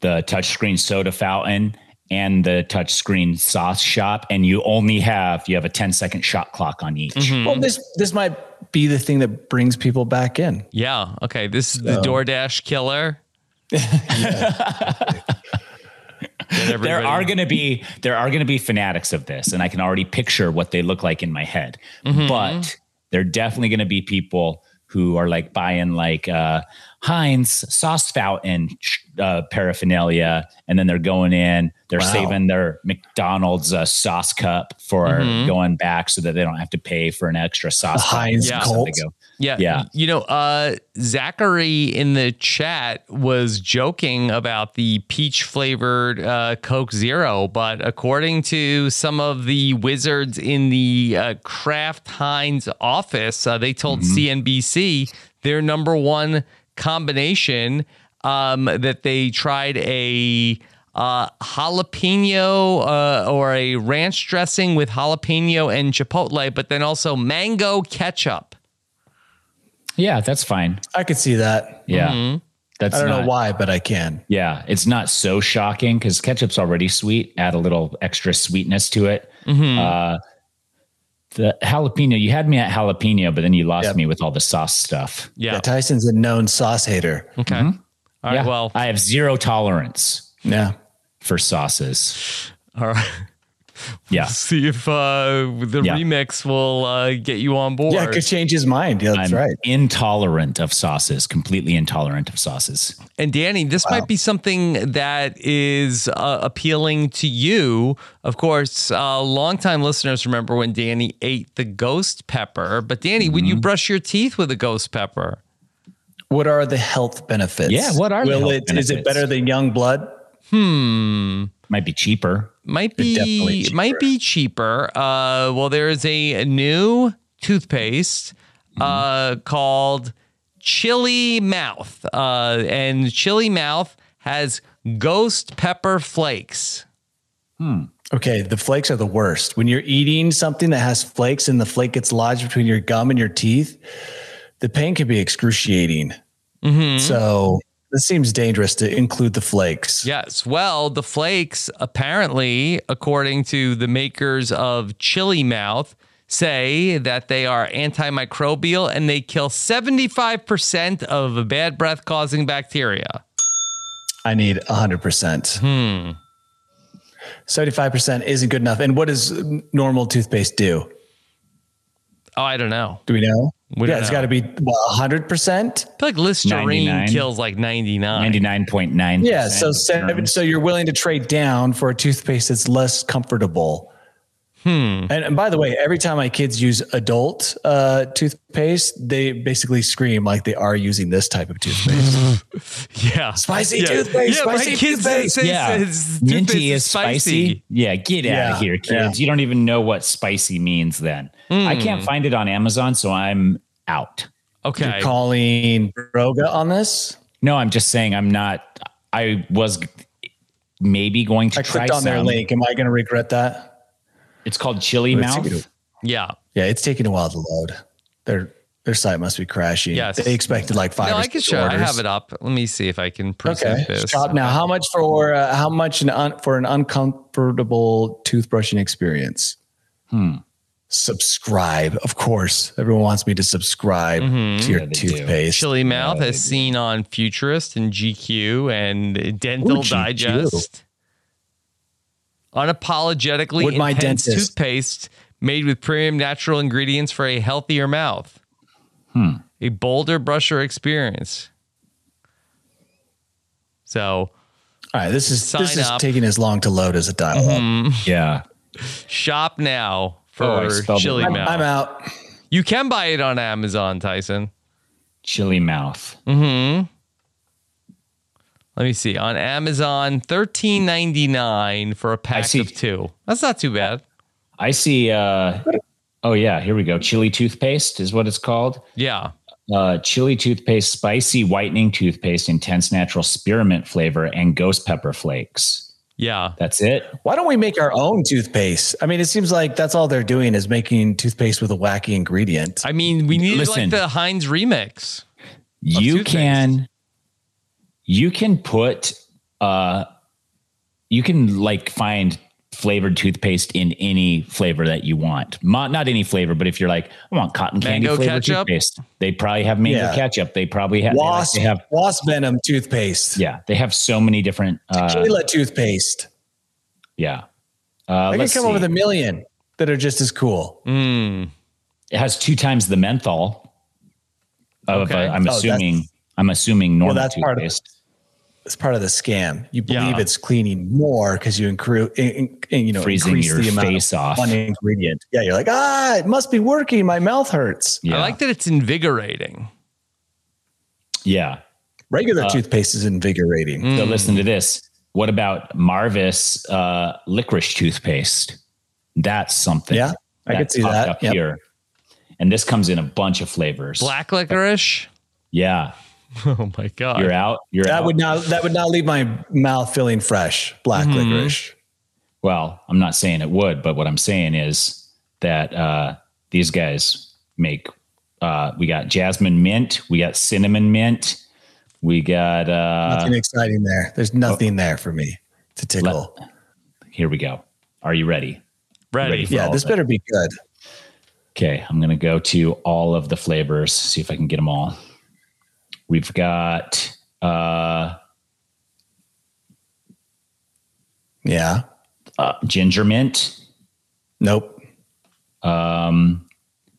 C: the touchscreen soda fountain and the touchscreen sauce shop, and you only have you have a 10 second shot clock on each.
D: Well, this this might be the thing that brings people back in.
A: Yeah. Okay. This is the DoorDash killer. Get
C: There
A: everybody-
C: are going to be there are going to be fanatics of this, and I can already picture what they look like in my head.
D: Mm-hmm.
C: But there are definitely going to be people who are like buying like uh, Heinz sauce fountain sh- uh, paraphernalia, and then they're going in, they're saving their McDonald's uh, sauce cup for going back, so that they don't have to pay for an extra sauce. cup.
D: Mm-hmm. Heinz
A: Yeah.
D: cult.
C: They go,
A: yeah,
C: yeah.
A: You know, uh, Zachary in the chat was joking about the peach flavored uh, Coke Zero, but according to some of the wizards in the uh, Kraft Heinz office, uh, they told CNBC their number one combination um, that they tried a uh, jalapeno uh, or a ranch dressing with jalapeno and chipotle, but then also mango ketchup.
C: yeah, that's fine.
D: I could see that.
C: Yeah, that's
D: Mm-hmm. I don't
C: not,
D: know why, but I can.
C: Yeah, it's not so shocking because ketchup's already sweet. Add a little extra sweetness to it.
A: Mm-hmm.
C: Uh, the jalapeno, you had me at jalapeno, but then you lost
D: Yep.
C: me with all the sauce stuff.
D: Yeah, Tyson's a known sauce hater.
A: Okay. All right.
C: Mm-hmm. Yeah.
A: Well,
C: I have zero tolerance
D: Yeah.
C: for sauces.
A: all right.
C: Yeah,
A: See if uh, the
C: Yeah.
A: remix will uh, get you on board.
D: Yeah, it could change his mind. Yeah, that's
C: I'm
D: right.
C: intolerant of sauces, completely intolerant of sauces.
A: And Danny, this might be something that is uh, appealing to you. Of course, uh, longtime listeners remember when Danny ate the ghost pepper. But Danny, would
C: Mm-hmm.
A: you brush your teeth with a ghost pepper?
D: What are the health benefits?
C: Yeah, what are the
D: Will
C: health
D: it? Is it
C: benefits?
D: better than young blood?
A: Hmm.
C: Might be cheaper.
A: Might
D: definitely
A: be
D: cheaper.
A: might be cheaper. Uh, well, there is a new toothpaste uh,
D: Mm-hmm.
A: called Chili Mouth, uh, and Chili Mouth has ghost pepper flakes.
D: Okay, the flakes are the worst. When you're eating something that has flakes and the flake gets lodged between your gum and your teeth, the pain can be excruciating.
A: Mm-hmm.
D: So this seems dangerous to include the flakes.
A: Yes. Well, the flakes, apparently, according to the makers of Chili Mouth, say that they are antimicrobial and they kill 75% of bad breath causing bacteria.
D: I need 100%.
A: Hmm.
D: 75% isn't good enough. And what does normal toothpaste do?
A: Oh, I don't know.
D: Do we know?
A: We
D: yeah,
A: don't
D: it's
A: know.
D: got to be what, 100%.
A: I feel like Listerine
C: 99.
A: kills like 99.
C: 99.9.
D: Yeah, so seven, so you're willing to trade down for a toothpaste that's less comfortable. Hmm. And, and by the way, every time my kids use adult uh, toothpaste, they basically scream like they are using this type of toothpaste.
A: Yeah.
D: Spicy
A: yeah.
D: toothpaste,
A: Yeah,
D: spicy
A: my kids say-
D: toothpaste.
A: say-
C: Yeah.
A: says toothpaste
C: Minty is spicy. Yeah, get out
D: Yeah,
C: of here, kids. You don't even know what spicy means then. I can't find it on Amazon, so I'm out.
A: Okay.
D: You're calling Roga on this?
C: No, I'm just saying I'm not I was maybe going to
D: I
C: try
D: clicked on their
C: some.
D: link. Am I going to regret that?
C: It's called chili
D: It's
C: mouth.
D: taking-
A: Yeah.
D: Yeah, it's taking a while to load. Their their site must be crashing.
A: Yes.
D: they expected like five.
A: No,
D: or
A: I can
D: six
A: show. I
D: orders.
A: have it up. Let me see if I can present
D: Okay.
A: this.
D: Stop now. How much for uh, how much an un, for an uncomfortable toothbrushing experience? Subscribe, of course. Everyone wants me to subscribe
A: Mm-hmm.
D: to your
C: Yeah, they do.
D: toothpaste.
A: Chili Mouth as seen on Futurist and GQ and Dental
D: Ooh, GQ.
A: Digest. Unapologetically
D: Would my
A: intense
D: dentist-
A: toothpaste made with premium natural ingredients for a healthier mouth.
C: Hmm.
A: A bolder brusher experience. So
D: All right, this is
A: Sign
D: this is
A: up.
D: taking as long to load as a dial.
C: Yeah.
A: shop now
C: Oh, I
A: for
C: spelled it
A: Chili
C: wrong.
A: Mouth.
D: I'm out.
A: You can buy it on Amazon, Tyson.
C: Chili mouth.
A: Mm-hmm. Let me see. On Amazon, thirteen ninety nine for a pack
C: see.
A: of two. That's not too bad.
C: I see uh oh yeah, here we go. Chili toothpaste is what it's called.
A: Yeah.
C: uh, chili toothpaste, spicy whitening toothpaste, intense natural spearmint flavor, and ghost pepper flakes.
A: Yeah.
C: That's it.
D: Why don't we make our own toothpaste? I mean, it seems like that's all they're doing is making toothpaste with a wacky ingredient.
A: I mean, we need like
C: Listen.
A: the Heinz remix.
C: You
A: toothpaste.
C: can, you can put, uh, you can like find flavored toothpaste in any flavor that you want. Mo- not any flavor, but if you're like, I want cotton candy
A: Mango
C: flavored
A: ketchup?
C: toothpaste, they probably have mango
D: Yeah.
C: ketchup. They probably have. they like-
D: wasp
C: They, have.
D: wasp venom toothpaste.
C: Yeah, they have so many different. Uh,
D: Tequila toothpaste.
C: yeah. Uh,
D: I can
C: let's
D: come up
C: see.
D: with a million that are just as cool.
A: Mm.
C: it has two times the menthol of
A: Okay.
C: uh, I'm
D: Oh,
C: assuming
D: that's-
C: I'm assuming normal
D: that's part of it.
C: toothpaste.
D: it's part of the scam. You believe
A: Yeah.
D: it's cleaning more because you increase, in, in- you know,
C: Freezing
D: increase
C: your
D: the amount
C: face
D: of
C: off.
D: one ingredient. Yeah, you're like, ah, it must be working. My mouth hurts.
C: Yeah.
A: I like that it's invigorating.
C: yeah. Uh,
D: Regular toothpaste is invigorating.
C: So listen to this. What about Marvis uh, licorice toothpaste? That's something.
D: Yeah, I could
C: that's
D: see
C: popped
D: that.
C: up
D: Yep.
C: here. And this comes in a bunch of flavors.
A: Black licorice.
C: Yeah.
A: Oh my god.
C: You're out. You're
D: That
C: out.
D: would not that would not leave my mouth feeling fresh. Black
C: Mm-hmm.
D: licorice.
C: well, I'm not saying it would, but what I'm saying is that uh, these guys make. Uh, we got jasmine mint. We got cinnamon mint. We got uh, oh.
D: Nothing exciting there. There's nothing there for me to tickle.
C: Here we go. Are you ready?
A: ready.
C: ready.
D: yeah,
C: all
D: this
C: of it.
D: better be good.
C: Okay, I'm going to go to all of the flavors, see if I can get them all. We've got uh,
D: Yeah.
C: uh, ginger mint.
D: Nope.
C: Um,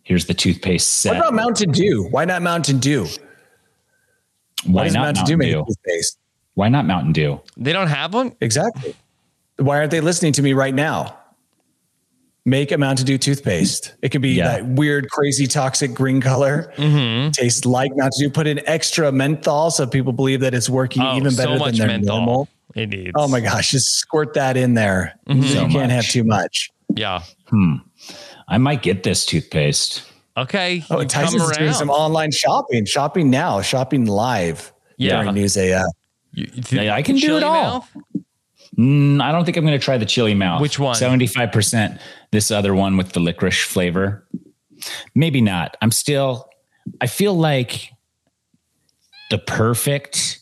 C: here's the toothpaste set.
D: What about Mountain Dew? Why not Mountain Dew? Why
C: Why
D: does
C: not
D: Mountain, Dew make toothpaste?
C: Why not Mountain Dew?
A: They don't have one?
D: Exactly. Why aren't they listening to me right now? Make a Mountain Dew toothpaste. It could be
C: Yeah.
D: that weird, crazy, toxic green color. Tastes like Mountain Dew. Put in extra menthol so people believe that it's working
A: Oh,
D: even better
A: so much
D: than their
A: menthol.
D: normal.
A: It needs.
D: Oh my gosh, just squirt that in there. So you can't have too much.
A: Yeah.
C: I might get this toothpaste.
A: Okay.
D: Oh,
A: you
D: and Tyson's doing some online shopping. Shopping now. Shopping live.
A: Yeah.
D: During News AF.
A: You-
C: Yeah, I can do
A: Chili
C: it all.
A: mouth?
C: Mm, I don't think I'm going to try the chili mouth.
A: Which one?
C: 75%. This other one with the licorice flavor. Maybe not. I'm still, I feel like the perfect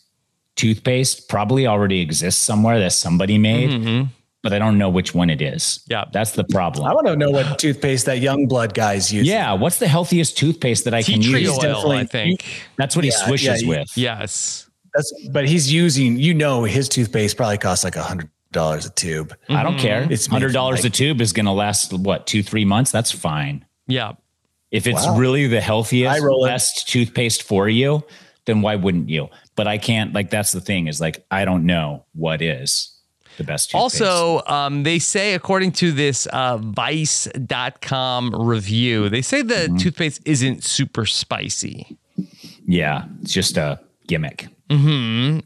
C: toothpaste probably already exists somewhere that somebody made, but I don't know which one it is.
A: Mm-hmm. Yeah.
C: That's the problem.
D: I want to know what toothpaste that young blood guy's using.
C: yeah. What's the healthiest toothpaste that I
A: Tea
C: can
A: tree
C: use?
A: oil, I
D: definitely-
A: think.
C: That's what
D: Yeah,
C: he swishes
D: yeah,
C: with.
A: Yes.
D: That's but he's using, you know, his toothpaste probably costs like a hundred dollars a tube.
C: I
A: Mm-hmm.
C: don't care. It's
D: It's
C: hundred dollars
D: making,
C: a tube is going to last what two three months. That's fine.
A: Yeah.
C: If it's
D: Wow.
C: really the healthiest,
D: Eye roller.
C: best toothpaste for you, then why wouldn't you? But I can't. Like that's the thing is like I don't know what is the best. Toothpaste.
A: Also, um, they say, according to this uh, Vice.com review, they say the
D: Mm-hmm.
A: toothpaste isn't super spicy.
C: yeah, it's just a gimmick,
A: yeah.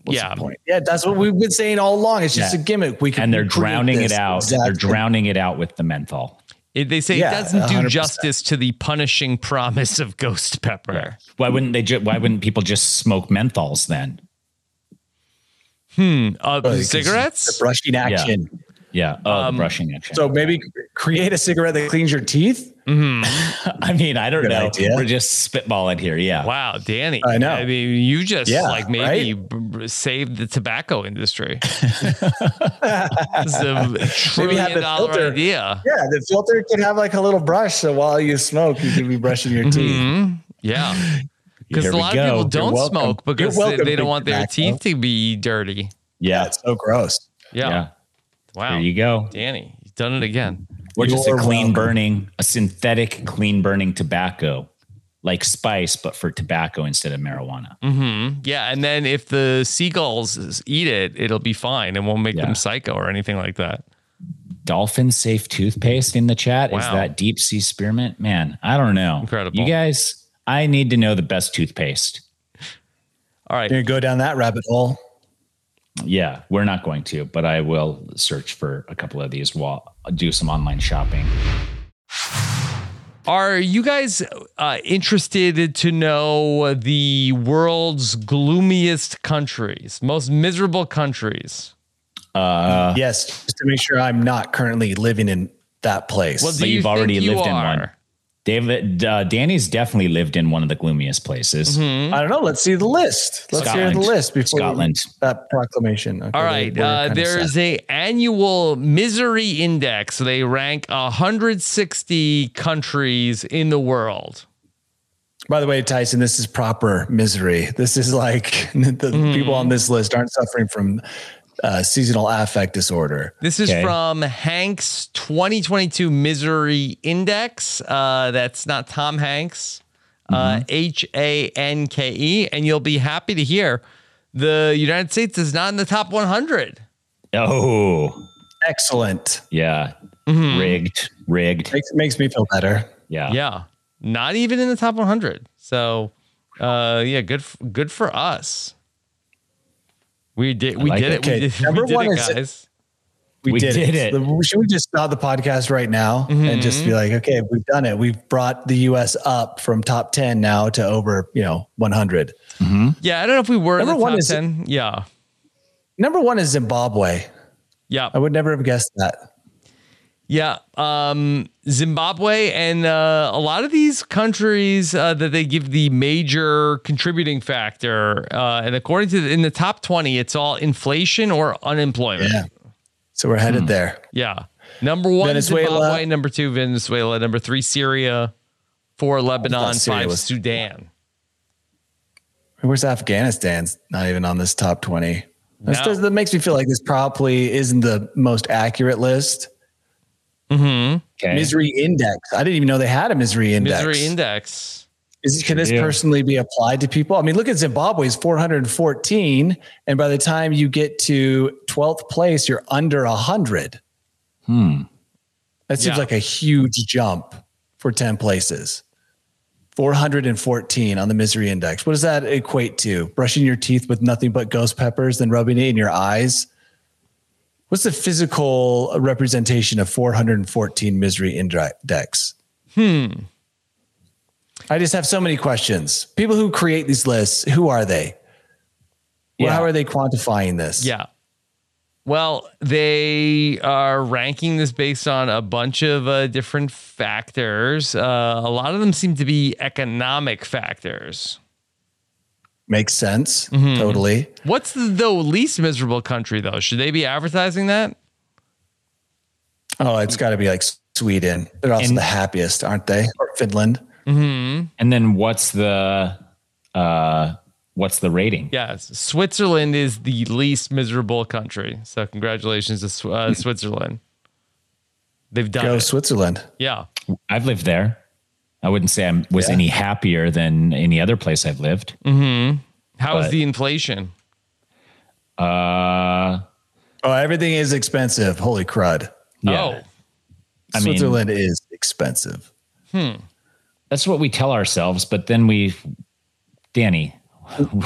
D: Yeah, that's what we've been saying all along. It's just
C: Yeah.
D: a gimmick. We can
C: and they're
D: recreate
C: drowning
D: this.
C: it out.
D: Exactly.
C: They're drowning it out with the menthol.
A: It, they say
D: Yeah,
A: it doesn't do
D: 100%.
A: justice to the punishing promise of ghost pepper.
C: Why wouldn't they? Ju- why wouldn't people just smoke menthols then?
A: Uh,
D: Because it's
A: cigarettes?
D: The brushing action.
C: Yeah. Oh, the brushing action.
D: So maybe create a cigarette that cleans your teeth.
A: Hmm.
C: I mean, I don't
D: Good
C: know.
D: idea.
C: We're just spitballing here. Yeah.
A: Wow, Danny.
D: I know.
A: I mean, you just
D: Yeah,
A: like maybe b- b- saved the tobacco industry. this is a trillion
D: have a
A: dollar
D: filter.
A: idea.
D: Yeah, the filter can have like a little brush, so while you smoke, you can be brushing your teeth.
A: Hmm. Yeah. Mm-hmm. Because
C: Here
A: a
C: we
A: lot
C: go.
A: of people
C: You're
A: don't
D: welcome.
A: smoke
D: You're
A: because
D: welcome,
A: they, they don't
D: Big
A: want their
D: Tobacco.
A: teeth to be dirty.
D: Yeah,
C: Yeah.
D: it's so gross.
A: Yeah.
C: yeah.
A: Wow.
C: There you go.
A: Danny, you've done it again.
C: We're just a
D: You're
C: clean
D: welcome.
C: burning, a synthetic clean burning tobacco, like spice, but for tobacco instead of marijuana.
A: Mm. Mm-hmm. Yeah. And then if the seagulls s- eat it, it'll be fine and won't make
C: Yeah.
A: them psycho or anything like that.
C: Dolphin safe toothpaste in the chat. Is
A: Wow.
C: that deep sea spearmint? Man, I don't know.
A: Incredible.
C: You guys, I need to know the best toothpaste.
A: All right.
D: You're gonna go down that rabbit hole.
C: Yeah, we're not going to, but I will search for a couple of these while I do some online shopping.
A: Are you guys uh, interested to know the world's gloomiest countries, most miserable countries? Uh.
D: yes, just to make sure I'm not currently living in that place.
A: Well, do
C: But
A: you
C: you've
A: think
C: already
A: you
C: lived in
A: are?
C: one. David, uh, Danny's definitely lived in one of the gloomiest places.
A: Mm-hmm.
D: I don't know. Let's see the list. Let's hear
C: Scotland.
D: the list before
C: Scotland.
D: that proclamation. Okay,
A: All right,
D: we're
A: uh,
D: kinda
A: there's
D: set.
A: a annual misery index. They rank 160 countries in the world.
D: By the way, Tyson, this is proper misery. This is like the people on this list aren't suffering from uh, seasonal affect disorder.
A: This is
C: Okay.
A: from Hanks 2022 Misery Index. Uh, that's not Tom Hanks, uh,
D: Mm-hmm.
A: H A N K E. And you'll be happy to hear the United States is not in the top 100.
C: Oh,
D: Excellent.
C: yeah.
A: Mm-hmm.
C: Rigged, rigged.
D: Makes makes me feel better.
C: Yeah.
A: Yeah, not even in the top 100. So, uh, yeah, good, f- good for us. We did, we
C: like
A: did
C: it.
A: it.
D: Okay,
A: We did,
D: number
A: we did
D: one
A: it,
D: is-
A: guys.
D: We, did, it. Should we just stop the podcast right now and just be like, okay, we've done it. We've brought the U.S. up from top ten now to over, you know, one hundred.
A: Yeah, I don't know if we were in
D: Number
A: the
D: one
A: top
D: is-
A: 10. Yeah,
D: Number one is Zimbabwe.
A: yeah.
D: I would never have guessed that.
A: Yeah, um, Zimbabwe and uh, a lot of these countries uh, that they give the major contributing factor, uh, and according to the, in the top twenty, it's all inflation or unemployment. Yeah,
D: Yeah. So we're headed there.
A: number one
D: Venezuela.
A: Zimbabwe, number two Venezuela, number three Syria, four Lebanon,
D: Oh, Syria
A: five
D: was-
A: Sudan.
D: Where's Afghanistan's not even on this top 20? This
A: No.
D: does, that makes me feel like this probably isn't the most accurate list.
C: Okay.
D: Misery index. I didn't even know they had a misery index.
A: Mm-hmm. Misery index.
D: Is, can this personally be applied to people? I mean, look at Zimbabwe's 414. And by the time you get to 12th place, you're under 100. That seems
A: Yeah.
D: like a huge jump for 10 places. 414 on the misery index. What does that equate to? Brushing your teeth with nothing but ghost peppers, then rubbing it in your eyes? What's the physical representation of 414 misery index? Hmm. I just have so many questions. People who create these lists, who are they? Well,
C: Yeah.
D: How are they quantifying this?
A: Yeah. Well, they are ranking this based on a bunch of uh, different factors. Uh, a lot of them seem to be economic factors.
D: Makes sense.
C: Mm-hmm.
D: Totally.
A: What's the, the least miserable country, though? Should they be advertising that?
D: Oh, it's got to be like Sweden. They're also
C: And-
D: the happiest, aren't they? Or Finland.
C: And then what's the uh what's the rating?
A: Yes. Switzerland is the least miserable country. So, congratulations to Sw-
C: Hmm.
A: uh, Switzerland. They've done
D: Go
A: it.
D: Switzerland.
A: yeah.
C: I've lived there. I wouldn't say I was any happier than any other place I've lived.
D: Mm.
A: How is
C: But-
A: the inflation?
C: Uh
D: Oh, everything is expensive. Holy crud.
C: yeah.
A: Oh,
C: I mean-
D: Switzerland is expensive.
C: That's what we tell ourselves, but then we Danny,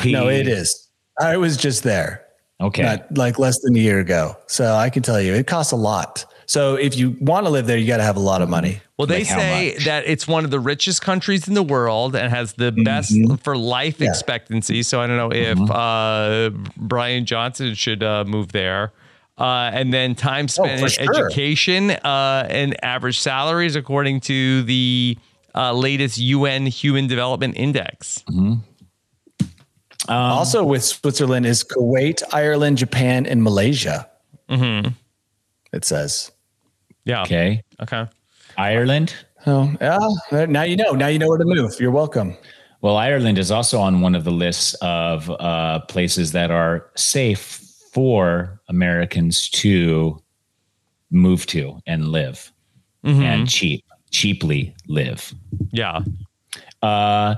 C: we
D: No, it is. I was just there.
C: Okay.
D: Not like less than a year ago. So I can tell you it costs a lot. So if you want to live there, you got to have a lot of money.
A: Well, they
C: Like how
A: say
C: much? Mm-hmm.
A: that it's one of the richest countries in the world and has the best for life expectancy. So I don't know if
C: Mm-hmm.
A: uh, Brian Johnson should uh, move there. Uh, and then
C: Oh,
A: time spent
D: for
A: in
D: sure.
A: education uh, and average salaries according to the uh, latest UN Human Development Index.
D: also with Switzerland is Kuwait, Ireland, Japan, and Malaysia. Mm-hmm. It says.
A: Yeah.
C: Okay.
A: Okay.
C: Ireland.
D: Oh, yeah. Now you know. Now you know where to move. You're welcome.
C: Well, Ireland is also on one of the lists of uh, places that are safe for Americans to move to and live and cheap, cheaply live. Uh,
A: Yeah.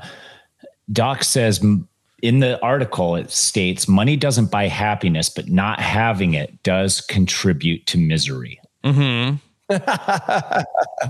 C: Doc says m- in the article, it states money doesn't buy happiness, but not having it does contribute to misery.
A: Mm-hmm.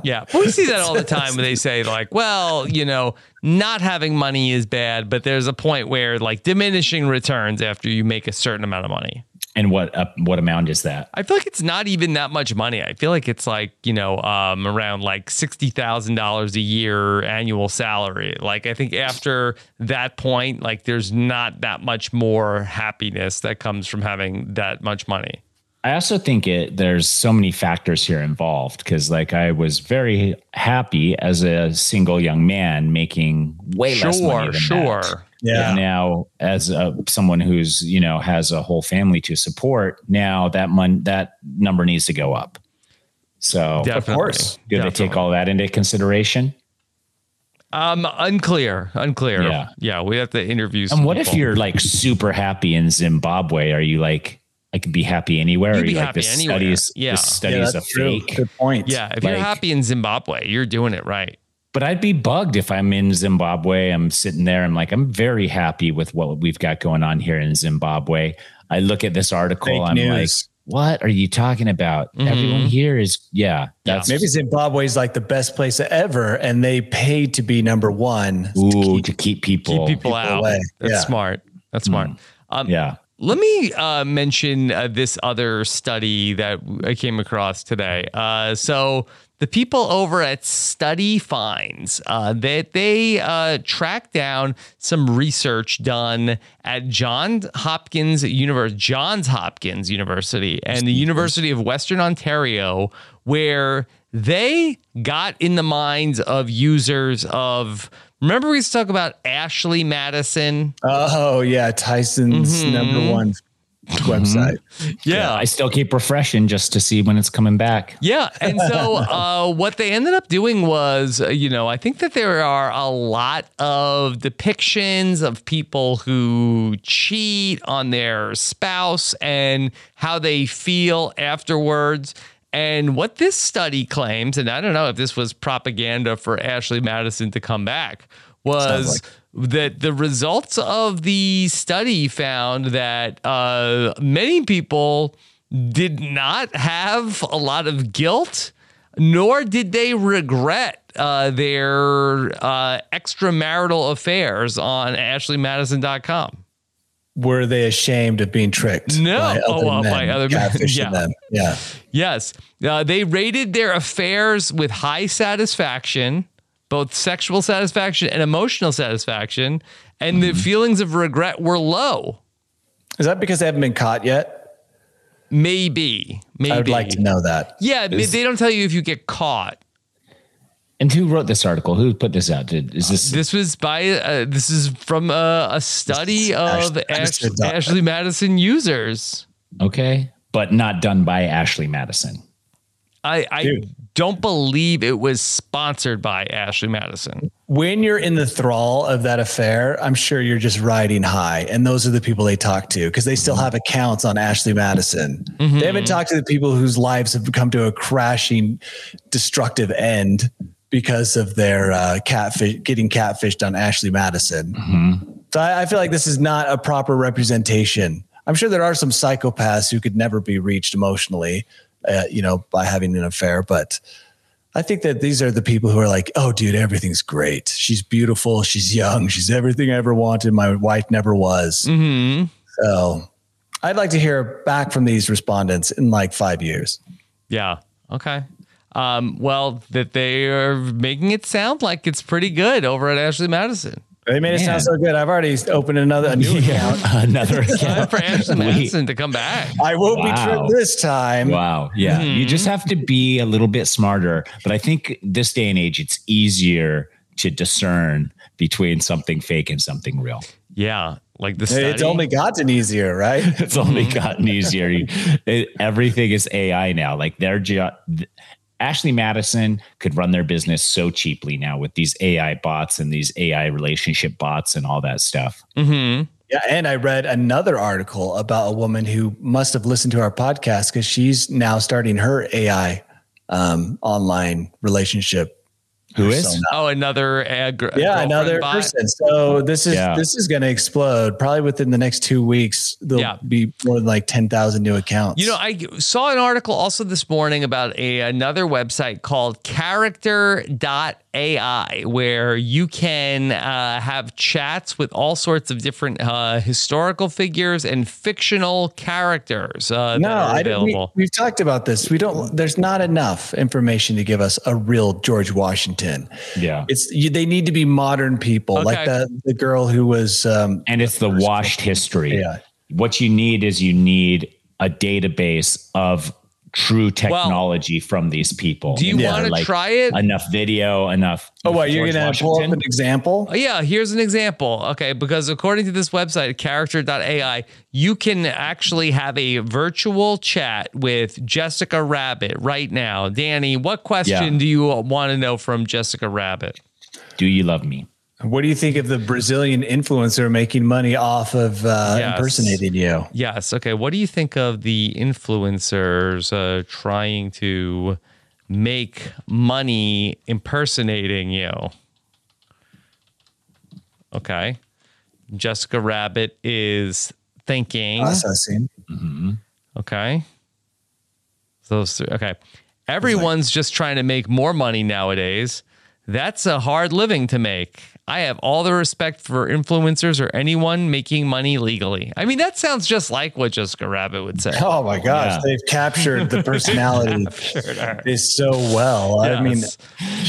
A: Yeah. But we see that all the time when they say, like, well, you know, not having money is bad, but there's a point where like diminishing returns after you make a certain amount of money.
C: And what uh, what amount is that?
A: I feel like it's not even that much money. I feel like it's like, you know, um, around like $60,000 a year annual salary. Like, I think after that point, like, there's not that much more happiness that comes from having that much money.
C: I also think it there's so many factors here involved because like I was very happy as a single young man making way less money
A: Sure, sure.
C: than that.
D: Yeah.
C: And now as a, someone who's you know has a whole family to support, now that mon- that number needs to go up. So
A: Definitely.
D: course.
C: do they take all that into consideration?
A: Um, unclear, unclear.
C: Yeah.
A: yeah. We have to interview.
C: And what if you're like super happy in Zimbabwe? Are you like I could be happy anywhere?
A: You'd
C: Are
A: be
C: you like
A: happy
C: this
A: anywhere.
C: studies
A: Yeah.
C: this
D: Yeah,
C: study's a fake.
D: Good point.
A: Yeah, if you're
C: Like-
A: happy in Zimbabwe, you're doing it right.
C: but I'd be bugged if I'm in Zimbabwe. I'm sitting there. I'm like, I'm very happy with what we've got going on here in Zimbabwe. I look at this article.
D: Fake
C: I'm
D: news.
C: like, what are you talking about? Everyone here is, yeah, that's
D: Maybe Zimbabwe is like the best place ever, and they paid to be number one.
C: ooh, to keep people.
A: Keep people out.
D: away.
A: That's
D: Yeah.
A: smart. That's smart. Um,
C: Yeah.
A: Let me uh, mention uh, this other study that I came across today. Uh, so the people over at Study Finds uh, that they, uh, tracked down some research done at Johns Hopkins University, Johns Hopkins University, and the University of Western Ontario, where they got in the minds of users of. Remember, we used to talk about Ashley Madison.
D: Oh yeah, Tyson's number one Mm-hmm. website.
A: Yeah,
C: I still keep refreshing just to see when it's coming back.
A: Yeah. And so uh, what they ended up doing was, uh, you know, I think that there are a lot of depictions of people who cheat on their spouse and how they feel afterwards. And what this study claims, and I don't know if this was propaganda for Ashley Madison to come back, was that the results of the study found that uh, many people did not have a lot of guilt nor did they regret uh, their uh, extramarital affairs on AshleyMadison.com.
D: Were they ashamed of being tricked?
A: No. Oh, uh, by other men.
D: catfishing
A: Yeah.
D: them? Yeah.
A: Yes, uh, they rated their affairs with high satisfaction, both sexual satisfaction and emotional satisfaction, and
D: Mm-hmm.
A: the feelings of regret were low.
D: Is that because they haven't been caught yet?
A: Maybe, maybe.
D: I would like to know that.
A: Yeah, but they don't tell you if you get caught.
C: And who wrote this article? Who put this out? Did, is this
A: This was by uh, this is from uh, a study of
D: Ashley
A: Ash-
D: Madison.
A: Ashley Madison users.
C: okay? But not done by Ashley Madison.
A: I, I don't believe it was sponsored by Ashley Madison.
D: When you're in the thrall of that affair, I'm sure you're just riding high. And those are the people they talk to because they still have accounts on Ashley Madison. They haven't talked to the people whose lives have come to a crashing, destructive end because of their uh, catfish getting catfished on Ashley Madison. So I, I feel like this is not a proper representation. I'm sure there are some psychopaths who could never be reached emotionally, uh, you know, by having an affair, but. I think that these are the people who are like, oh, dude, everything's great. She's beautiful. She's young. She's everything I ever wanted. My wife never was.
C: Mm-hmm.
D: So I'd like to hear back from these respondents in like five years.
A: Yeah. Okay. Um, well, that they are making it sound like it's pretty good over at Ashley Madison.
D: They made it sound so good. I've already opened another a new account.
C: Another
A: Time for Ashley
C: We-
A: Madison to come back.
D: I won't be
C: Wow.
D: tricked this time.
C: Wow. Yeah. You just have to be a little bit smarter. But I think this day and age, it's easier to discern between something fake and something real.
A: Yeah. Like the study.
D: It's only gotten easier, right?
C: It's only gotten easier. You- it- everything is AI now. Like they're just. Ashley Madison could run their business so cheaply now with these AI bots and these AI relationship bots and all that stuff.
A: Mm-hmm.
D: Yeah, and I read another article about a woman who must have listened to our podcast because she's now starting her AI um, online relationship.
C: Who is?
D: persona.
A: oh, another uh, gr-
D: yeah
A: girlfriend
D: another
A: bot.
D: person so this is
C: Yeah.
D: this is going to explode probably within the next two weeks there'll
A: Yeah.
D: be more than like 10,000 new accounts
A: You know, I saw an article also this morning about a, another website called character.ai where you can uh, have chats with all sorts of different uh, historical figures and fictional characters uh,
D: no
A: that are
D: I don't, we,
A: available.
D: we've talked about this we don't there's not enough information to give us a real george washington
C: Yeah.
D: it's you, they need to be modern people like
A: Okay.
D: the, the girl who was um,
C: and it's the washed history.
D: Yeah.
C: What you need is you need a database of true technology from these people.
A: do you
C: And they're
A: wanna try it?
C: Enough video, enough.
D: oh what you're
C: George
D: gonna pull up
C: Washington?
D: an example
A: yeah, here's an example. Okay, because according to this website, character.ai, you can actually have a virtual chat with Jessica Rabbit right now. Danny, what question
C: Yeah.
A: do you want to know from Jessica Rabbit?
C: Do you love me?
D: what do you think of the brazilian influencer making money off of uh,
A: Yes.
D: impersonating you
A: Yes. Okay. What do you think of the influencers uh, trying to make money impersonating you? Okay. Jessica Rabbit is thinking.
D: processing
A: Okay. Those three. Okay. Everyone's just trying to make more money nowadays. That's a hard living to make. I have all the respect for influencers or anyone making money legally. I mean, that sounds just like what Jessica Rabbit would say.
D: Oh my gosh,
C: Yeah.
D: they've captured the personality is so well. I mean,
A: Yes.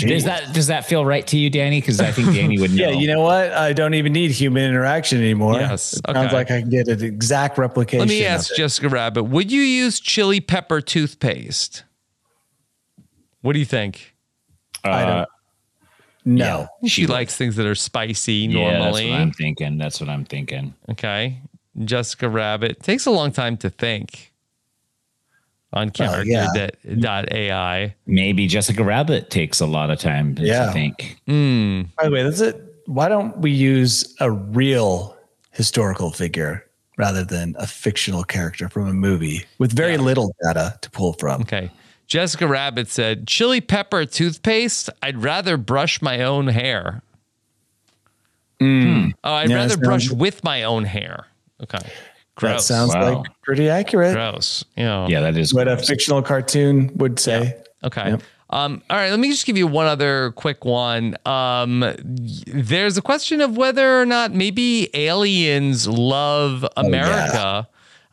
C: Does that does that feel right to you, Danny? Because I think Danny would know.
D: yeah, you know what? I don't even need human interaction anymore.
A: Yes,
D: It sounds
A: okay.
D: like I can get an exact replication.
A: Let me
D: of
A: ask
D: it.
A: Jessica Rabbit Would you use chili pepper toothpaste? What do you think?
D: I
C: Uh,
D: don't- No,
A: She likes things that are spicy
C: yeah, that's
A: normally.
C: what I'm thinking. That's what I'm thinking.
A: Okay. Jessica Rabbit. Takes a long time to think on character.ai.
D: yeah.
C: Maybe Jessica Rabbit takes a lot of time to
D: Yeah.
C: think.
A: Hmm.
D: by the way, that's it. Why don't we use a real historical figure rather than a fictional character from a movie with very little data to pull from?
A: Okay. Jessica Rabbit said, chili pepper toothpaste. I'd rather brush my own hair. Hmm. Oh, I'd
D: Yeah,
A: rather
D: that
A: brush
D: sounds-
A: with my own hair. Okay. Gross.
D: That sounds
C: Wow.
D: like pretty accurate.
A: gross. Yeah.
C: Yeah, that is
D: What a
C: gross.
D: fictional cartoon would say.
A: Okay. Um, all right, let me just give you one other quick one. Um, y- there's a question of whether or not maybe aliens
C: Oh,
A: love America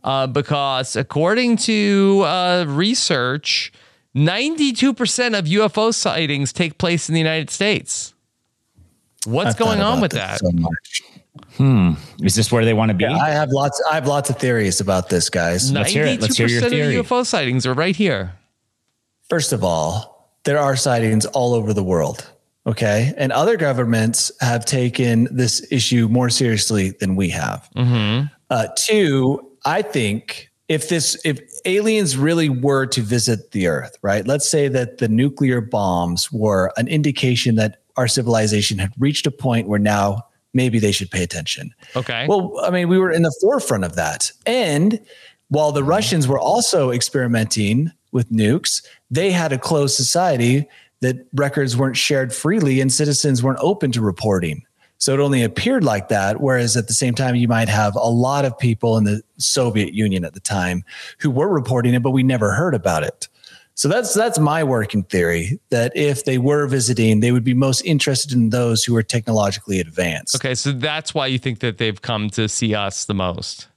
A: uh, because, according to uh, research, 92% of UFO sightings take place in the United States. What's
D: I've thought
A: going on
D: about
A: with
D: this
A: that?
D: so much.
C: Is this where they want to be?
D: I have lots. I have lots of theories about this, guys.
C: Let's hear it. Let's hear your
A: 92%
C: theory.
A: of UFO sightings are right here.
D: First of all, there are sightings all over the world. Okay. And other governments have taken this issue more seriously than we have. Uh, two, I think if this, if aliens really were to visit the earth, right? Let's say that the nuclear bombs were an indication that our civilization had reached a point where now maybe they should pay attention.
A: Okay.
D: Well, I mean, we were in the forefront of that. And while the Russians were also experimenting with nukes, they had a closed society that records weren't shared freely and citizens weren't open to reporting. So it only appeared like that. Whereas at the same time, you might have a lot of people in the Soviet Union at the time who were reporting it, but we never heard about it. So that's that's my working theory that if they were visiting, they would be most interested in those who are technologically advanced.
A: okay, so that's why you think that they've come to see us the most.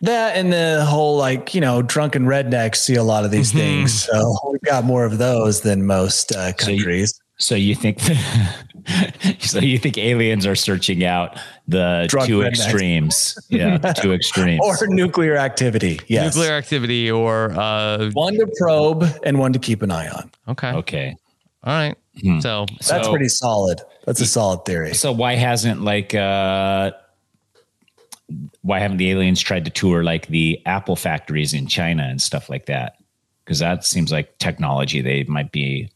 D: That and the whole like you know drunken rednecks see a lot of
C: Mm-hmm.
D: these things, so we've got more of those than most uh,
C: you-
D: countries.
C: So you think so you think aliens are searching out the
D: Drug
C: two
D: rednecks.
C: extremes. Yeah, the two extremes.
D: or nuclear activity, yes.
A: Nuclear activity or uh
D: one to probe and one to keep an eye on.
A: okay. All
C: okay.
A: right. So
D: That's
C: So-
D: pretty solid. That's a solid theory.
C: So why hasn't like uh why haven't the aliens tried to tour like the Apple factories in China and stuff like that? Because that seems like technology they might be,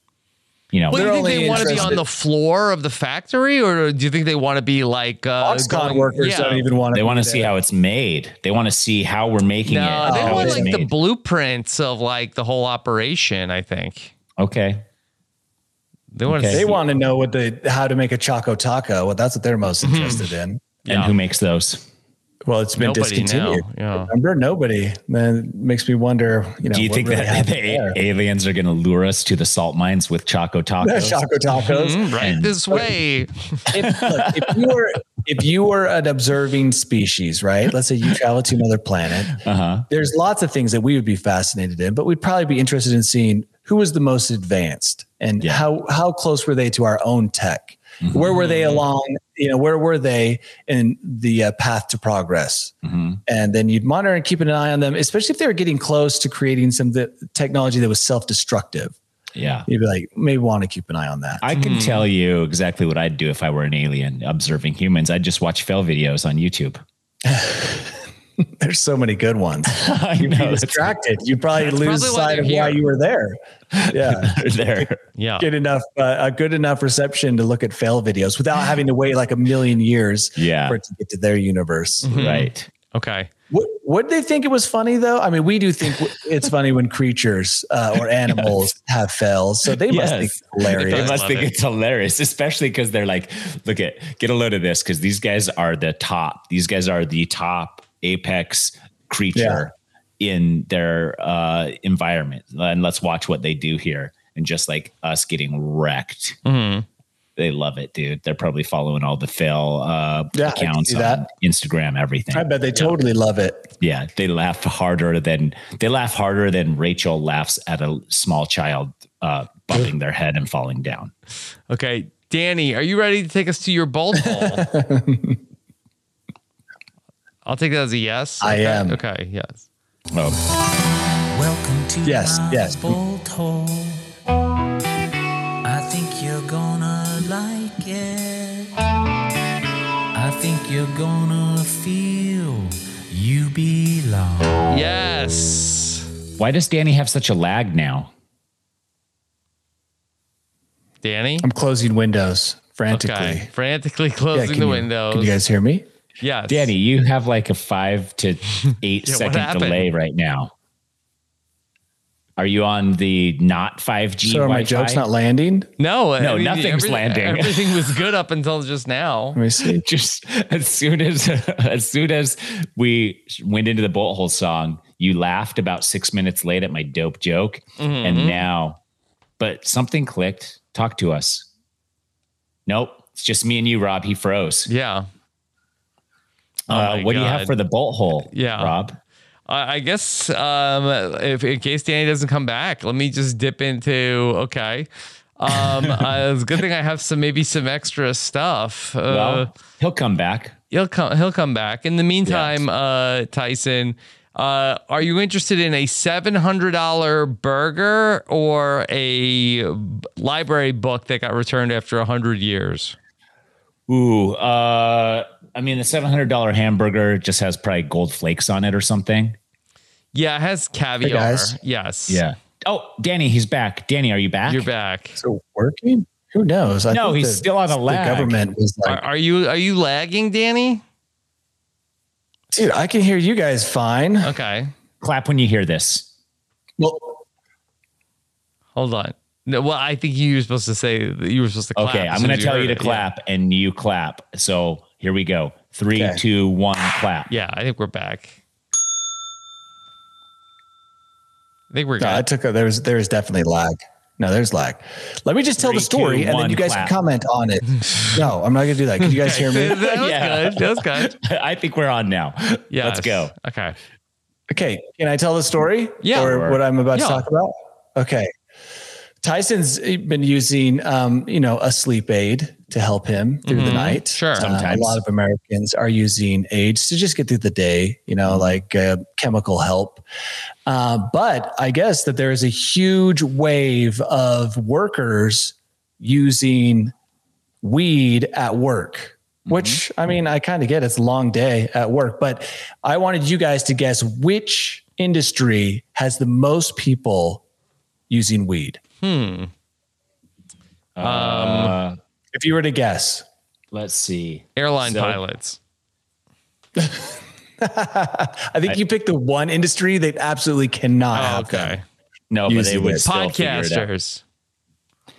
C: you know,
A: what, do you
D: They're
A: think they
D: only
A: want to be on
D: interested-
A: the floor of the factory or do you think they want to be like uh
D: Foxconn
A: going-
D: workers don't even want to.
C: they want to
D: be
C: see
D: there.
C: how it's made. They want to see how we're making
A: No,
C: it.
A: they
C: how
A: want
C: it's
A: like the
C: made.
A: blueprints of like the whole operation, I think.
C: okay.
A: They want
C: Okay.
A: to
D: They
A: see
D: want to know what the how to make a choco taco. Well, that's what they're
C: Mm-hmm.
D: most interested in.
C: And who makes those?
D: Well, it's been
A: Nobody
D: discontinued.
A: now, yeah.
D: Remember, nobody. Then it makes me wonder. You know,
C: Do you
D: what
C: think
D: really
C: that
D: happened
C: the
D: there.
C: a- aliens are going to lure us to the salt mines with Choco Tacos?
D: choco tacos?
A: Mm, right
C: and-
A: this way.
D: if, look, if you were if you were an observing species, right? Let's say you travel to another planet.
C: Uh-huh.
D: There's lots of things that we would be fascinated in, but we'd probably be interested in seeing who was the most advanced and
C: Yeah.
D: how how close were they to our own tech? Where were they
C: Mm-hmm.
D: along? You know, where were they in the uh, path to progress?
C: Mm-hmm.
D: And then you'd monitor and keep an eye on them, especially if they were getting close to creating some of the technology that was self-destructive.
C: Yeah.
D: You'd be like, maybe want to keep an eye on that.
C: I can tell you exactly what I'd do if I were an alien observing humans. I'd just watch fail videos on YouTube.
D: There's so many good ones.
C: I
D: you'd
C: know
D: be
C: that's
D: distracted. You'd probably lose
A: probably why
D: sight
A: they're
D: of
A: here.
D: why you were there. Yeah,
C: there.
A: Yeah.
D: good enough, uh, a good enough reception to look at fail videos without having to wait like a million years.
C: Yeah.
D: for it to get to their universe.
A: Mm-hmm.
C: Right.
A: Okay.
D: What would they think it was funny though? I mean, we do think w- it's funny when creatures uh, or animals have fails, so they must think
C: Yes.
D: it's hilarious.
C: They
A: I
C: must
A: love
C: think
A: it.
C: it's hilarious, especially because they're like, look at get a load of this, because these guys are the top. These guys are the top apex creature in their uh, environment. And let's watch what they do here. And just like us getting wrecked.
A: Mm-hmm.
C: They love it, dude. They're probably following all the fail uh,
D: Yeah, I can
C: accounts
D: see
C: on
D: that.
C: Instagram, everything.
D: I bet they totally love it.
C: Yeah, they laugh harder than they laugh harder than Rachel laughs at a small child uh, bumping their head and falling down.
A: Okay. Danny, are you ready to take us to your bold hole? I'll take that as a yes.
D: I
A: Okay.
D: am.
A: Okay. Yes.
C: Oh,
E: Welcome to
D: Yes,
E: my
D: yes.
E: bold hole. I think you're gonna like it. I think you're gonna feel you belong.
A: Yes.
C: why does Danny have such a lag now?
A: Danny.
D: I'm closing windows frantically.
A: Okay. Frantically
D: Yeah,
A: closing
D: can
A: the
D: you-
A: windows.
D: Can you guys hear me?
A: yes.
C: Danny, you have like a five to eight
A: Yeah, what
C: second
A: happened?
C: delay right now. Are you on the not five G?
D: So are my jokes not landing?
A: No.
C: No, nothing's
A: everything-
C: landing.
A: Everything was good up until just now.
D: Let me see.
C: just as soon as as soon as we went into the bolt
A: Mm-hmm.
C: hole song, you laughed about six minutes late at my dope joke, and now but something clicked. Talk to us. Nope. It's just me and you, Rob. He froze.
A: Yeah. Oh
C: uh,
A: my
C: what do you
A: God.
C: have for the bolt hole?
A: Yeah.
C: Rob.
A: I I guess um, if in case Danny doesn't come back, let me just dip into okay. Um, uh, it's a good thing I have some maybe some extra stuff. Uh,
C: Well, he'll come back.
A: he'll come he'll come back. In the meantime, uh, Tyson, uh, are you interested in a seven hundred dollar burger or a b- library book that got returned after hundred years?
C: Ooh, uh, I mean, the seven hundred dollar hamburger just has probably gold flakes on it or something.
A: Yeah, it has caviar.
D: guys.
A: yes.
C: Oh, Danny, he's back. Danny, are you back?
A: You're back.
D: So working? Who knows? I
C: No,
D: think
C: he's
D: the-
C: still on a lag.
D: The government was
A: Are,
D: like,
A: are you are you lagging, Danny?
D: dude, I can hear you guys fine.
A: Okay.
C: Clap when you hear this.
D: Well,
A: Hold on. No, well, I think you were supposed to say that you were supposed to clap.
C: Okay,
A: as
C: I'm
A: soon
C: going
A: as
C: to tell
A: heard
C: you to
A: it.
C: clap, and you clap. So here we go. Three, two, one,
D: Okay.
C: clap.
A: Yeah. yeah, I think we're back. I think we're
D: no, I
A: good.
D: took a, there was there was definitely lag. No, there's lag. Let me just tell
C: Three,
D: the story,
C: two,
D: and
C: one,
D: then you guys
C: clap.
D: can comment on it. no, I'm not gonna do that. Can you guys hear me?
A: that was
C: Yeah.
A: good. That was good.
C: I think we're on now.
A: Yeah.
C: Let's go.
A: Okay.
D: Okay, can I tell the story?
A: Yeah.
D: Or what I'm about
A: Yeah.
D: to talk about? Okay. Tyson's been using, um, you know, a sleep aid to help him through the
A: Mhm.
D: night.
A: Sure.
D: Uh,
C: Sometimes.
D: a lot of Americans are using aids to just get through the day, you know, like uh, chemical help. Uh, but I guess that there is a huge wave of workers using weed at work, which I mean, I kind of get it's a long day at work, but I wanted you guys to guess which industry has the most people using weed.
C: Uh,
D: If you were to guess,
C: let's see.
A: Airline
C: So-
A: pilots.
D: I think you picked the one industry they absolutely cannot
A: Oh,
D: have.
A: okay.
C: No, but they
D: Using
C: would
D: it.
C: still figure it out.
A: Podcasters.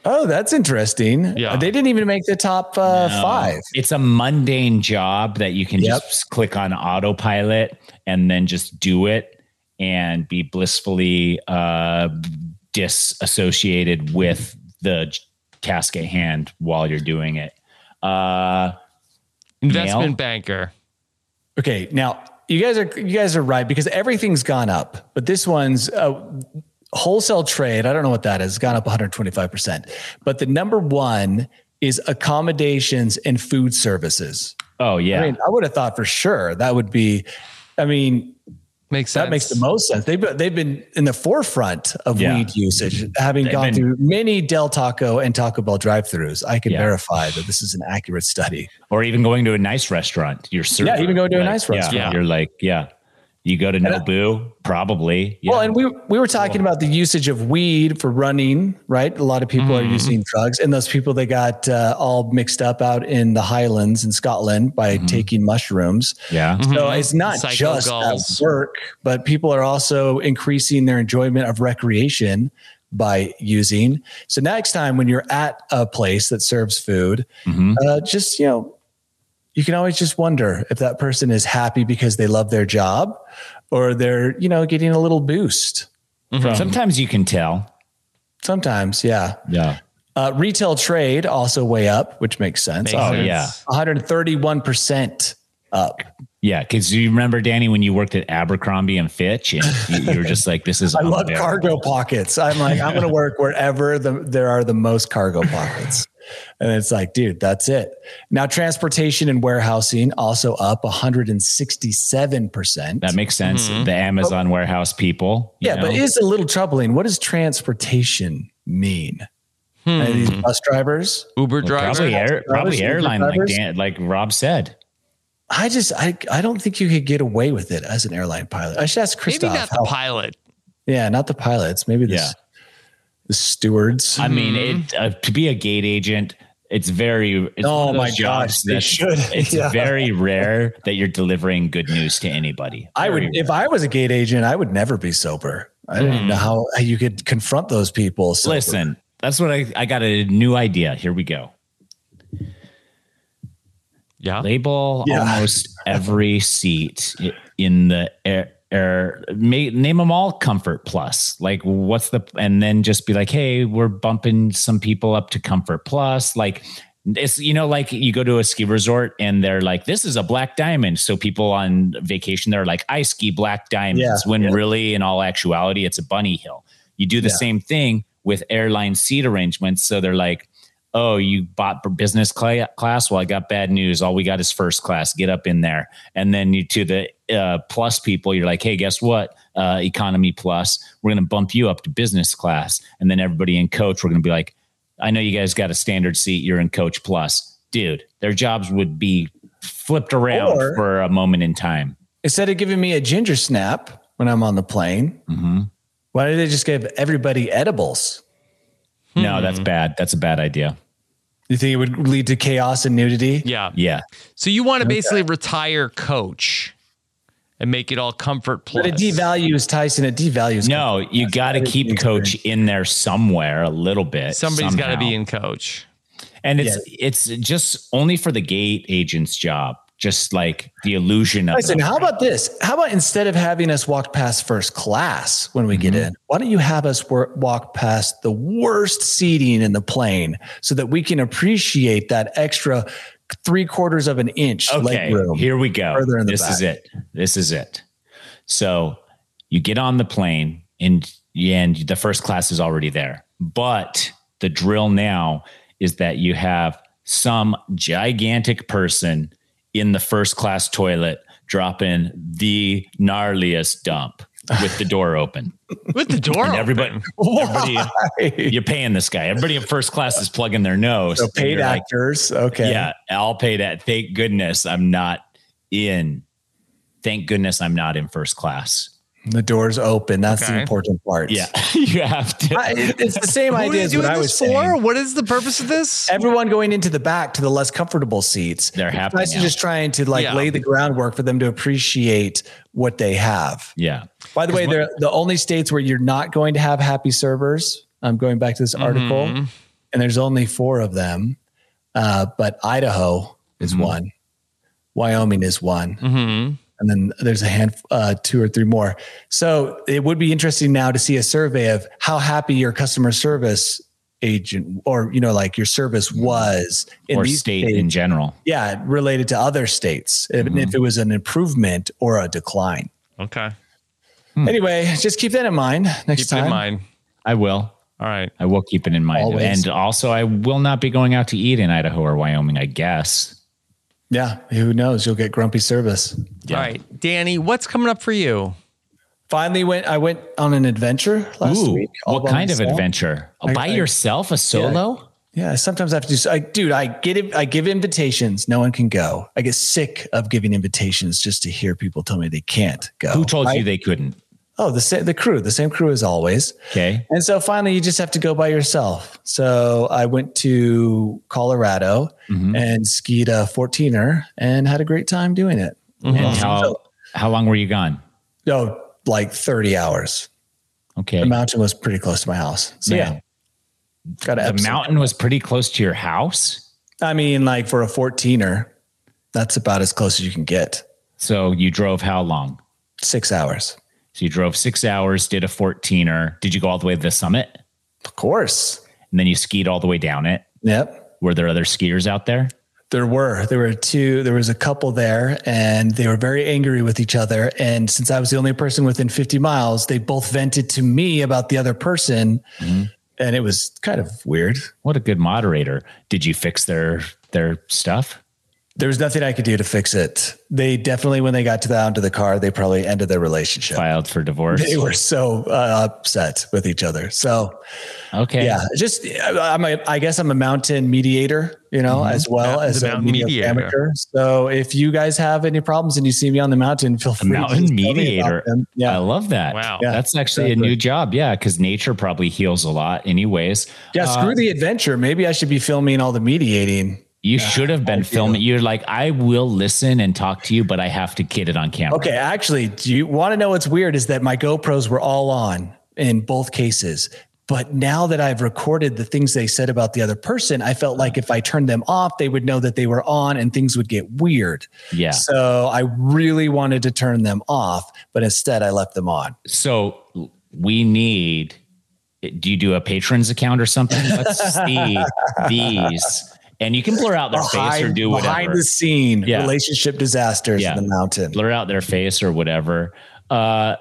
D: Oh, that's interesting.
A: Yeah.
D: They didn't even make the top uh,
C: No.
D: five.
C: Um, It's a mundane job that you can
D: Yep.
C: just click on autopilot and then just do it and be blissfully uh, disassociated with the j- task at hand while you're doing it. Uh,
A: Investment
C: Nail.
A: banker.
D: Okay, now you guys are you guys are right because everything's gone up, but this one's uh, wholesale trade. I don't know what that is. Gone up 125 percent, but the number one is accommodations and food services.
C: oh yeah,
D: I mean, I would have thought for sure that would be. I mean,
A: Makes sense.
D: that makes the most sense. They've been- they've been in the forefront of
C: Yeah.
D: weed usage, having gone
C: been-
D: through many Del Taco and Taco Bell drive-throughs. I can
C: Yeah.
D: verify that this is an accurate study.
C: or even going to a nice restaurant. You're server,
D: even going to a
C: Like,
D: nice
C: yeah,
D: restaurant.
C: You're like yeah. You go to
D: I-
C: Nobu, probably. Yeah.
D: Well, and we we were talking about the usage of weed for running, right? A lot of people
C: Mm-hmm.
D: are using drugs, and those people they got uh, all mixed up out in the Highlands in Scotland by
C: Mm-hmm.
D: taking mushrooms.
C: yeah.
D: So
A: Mm-hmm.
D: it's not
A: Psycho
D: just
A: gulls.
D: at work, but people are also increasing their enjoyment of recreation by using. So next time when you're at a place that serves food,
C: Mhm.
D: uh, just you know, you can always just wonder if that person is happy because they love their job, or they're you know getting a little boost.
C: Sometimes you can tell.
D: Sometimes, yeah.
C: Yeah.
D: Uh, retail trade also way up, which makes sense.
A: Makes
C: Oh,
A: sense.
C: yeah.
D: 131 percent up.
C: Yeah, because you remember Danny when you worked at Abercrombie and Fitch, and you, you were just like, "This is."
D: I love
C: unbearable.
D: cargo pockets. I'm like, I'm gonna work wherever the, there are the most cargo pockets. And it's like, dude, that's it. Now, transportation and warehousing also up 167 percent.
C: That makes sense. The Amazon warehouse people. you
D: Mm-hmm. Yeah, but
C: know?
D: it's a little troubling. What does transportation mean?
C: Hmm.
D: Are these bus drivers?
A: Hmm. Uber
C: Well,
A: driver.
C: probably air, probably
D: Drivers, Uber
C: airline, like
D: drivers?
C: Dan, like Rob said.
D: I just, I, I don't think you could get away with it as an airline pilot. I should ask
A: Maybe
D: Christoph.
A: not the
D: how-
A: pilot.
D: yeah, not the pilots. Maybe the,
C: Yeah.
D: the stewards.
C: I mean, it,
D: Mm-hmm.
C: uh, to be a gate agent, it's very. It's
D: Oh
C: one of those
D: my gosh,
C: jobs
D: they
C: that-
D: should.
C: It's
D: Yeah.
C: very rare that you're delivering good news to anybody.
D: I
C: Very
D: would, if I was a gate agent, I would never be sober. I don't even know how you could confront those people. sober.
C: Mm. Listen, that's what I, I got a new idea. Here we go.
A: Yeah.
C: Label
D: Yeah.
C: almost every seat i- in the air, or may, name them all comfort plus like what's the and then just be like hey we're bumping some people up to comfort plus like it's you know like you go to a ski resort and they're like this is a black diamond so people on vacation they're like i ski black diamonds
D: Yeah,
C: when
D: yeah.
C: really in all actuality it's a bunny hill you do the
D: Yeah.
C: same thing with airline seat arrangements so they're like oh you bought b- business cla- class well i got bad news all we got is first class get up in there and then you to the uh, plus people you're like hey guess what uh, economy plus we're going to bump you up to business class and then everybody in coach we're going to be like i know you guys got a standard seat you're in coach plus dude their jobs would be flipped around
D: Or-
C: for a moment in time
D: Instead of giving me a ginger snap when I'm on the plane,
C: Mm-hmm.
D: why did they just give everybody edibles?
C: no
D: Hmm.
C: that's bad that's a bad idea
D: You think it would lead to chaos and nudity?
A: Yeah.
C: yeah
A: So you want to basically retire coach and make it all comfort plus.
D: But it devalues Tyson. It devalues.
C: no you got to keep coach in there somewhere a little bit
A: Somebody's got to
C: somehow.
A: be in coach.
C: And it's it's just only for the gate agent's job. Just like the illusion of
D: Tyson,
C: it.
D: how about this? How about instead of having us walk past first class when we get in, why don't you have us wor- walk past the worst seating in the plane so that we can appreciate that extra three quarters of an inch
C: okay,
D: leg room?
C: here we go.
D: further in the
C: this is
D: back.
C: it. This is it. So you get on the plane and and the first class is already there. But the drill now is that you have some gigantic person in the first class toilet dropping the gnarliest dump with the door open.
A: With the door.
C: And everybody,
A: open.
C: everybody you're paying this guy. Everybody in first class is plugging their nose.
D: So
C: And
D: paid
C: you're like,
D: actors. okay.
C: yeah, I'll pay that. Thank goodness I'm not in. Thank goodness I'm not in first class.
D: The door's open. That's
A: Okay.
D: the important part.
C: Yeah, you have to.
D: I- it- it's the same
A: Who are
D: idea
A: you
D: as what
A: doing
D: I was
A: this for?
D: saying.
A: What is the purpose of this?
D: Everyone going into the back to the less comfortable seats.
C: They're happy
D: Tyson
C: now.
D: just trying to like
A: Yeah.
D: lay the groundwork for them to appreciate what they have.
C: yeah,
D: By the way, they're the only states where you're not going to have happy servers. I'm going back to this article, and there's only four of them. Uh, but Idaho is one, Wyoming is one,
A: Mm-hmm.
D: and then there's a hand, uh, two or three more. So it would be interesting now to see a survey of how happy your customer service agent or you know like your service was in
C: or
D: these
C: state
D: states.
C: in general.
D: yeah, related to other states, and if it was an improvement or a decline.
A: Okay.
D: Anyway, just keep that in mind next
A: Keep it
D: time.
A: in mind.
C: I will.
A: All right.
C: I will keep it in mind.
D: Always.
C: And also, I will not be going out to eat in Idaho or Wyoming. I guess.
D: Yeah, who knows? You'll get grumpy service.
A: All right. Danny, what's coming up for you?
D: Finally, went. I went on an adventure last
C: Ooh,
D: week. all
C: what
D: by
C: kind of
D: myself.
C: adventure? By
D: I-
C: yourself, a solo?
D: Yeah, sometimes I have to. do I, dude, I get. it- I give invitations. No one can go. I get sick of giving invitations just to hear people tell me they can't go.
C: Who told
D: I-
C: you they couldn't?
D: Oh, the sa- the crew, the same crew as always.
C: Okay.
D: And so finally, you just have to go by yourself. So I went to Colorado
C: Mm-hmm.
D: and skied a 14er and had a great time doing it.
C: Mm-hmm. And how how long were you gone?
D: Oh, like 30 hours.
C: Okay.
D: The mountain was pretty close to my house. So
C: Man.
D: yeah. Got to
C: The
D: Epsom.
C: mountain was pretty close to your house.
D: I mean, like for a 14er, that's about as close as you can get.
C: So you drove how long?
D: Six hours.
C: So you drove six hours, did a 14er. Did you go all the way to the summit?
D: Of course.
C: And then you skied all the way down it.
D: Yep.
C: Were there other skiers out there?
D: There were. There were two. There was a couple there, and they were very angry with each other. And since I was the only person within 50 miles, they both vented to me about the other person. And it was kind of weird.
C: What a good moderator. Did you fix their their stuff?
D: There was nothing I could do to fix it. They definitely, when they got to the onto the car, they probably ended their relationship.
C: Filed for divorce.
D: They were so uh, upset with each other. So
C: Okay.
D: yeah, just I- I'm a, I guess I'm a mountain mediator, you know, as well
A: Mountain's
D: as
A: a
D: a
A: mountain
D: media
A: mediator.
D: amateur. So if you guys have any problems and you see me on the mountain, feel free. to
C: Mountain
D: just tell me about
C: mediator.
D: them.
C: I
D: Yeah,
C: love that.
A: Wow.
D: Yeah,
C: That's actually a new job. Yeah. Cause nature probably heals a lot, anyways.
D: yeah. Screw the adventure. Maybe I should be filming all the mediating.
C: You should have been filming. You're like, I will listen and talk to you, but I have to get it on camera.
D: Okay, actually, do you want to know what's weird? Is that my GoPros were all on in both cases. But now that I've recorded the things they said about the other person, I felt like if I turned them off, they would know that they were on and things would get weird.
C: Yeah.
D: So I really wanted to turn them off, but instead I left them on.
C: So we need. Do you do a patrons account or something? Let's see these, and you can blur out their face or do whatever.
D: behind the scene
C: Yeah.
D: relationship disasters
C: Yeah.
D: in the mountain.
C: blur out their face or whatever. Uh,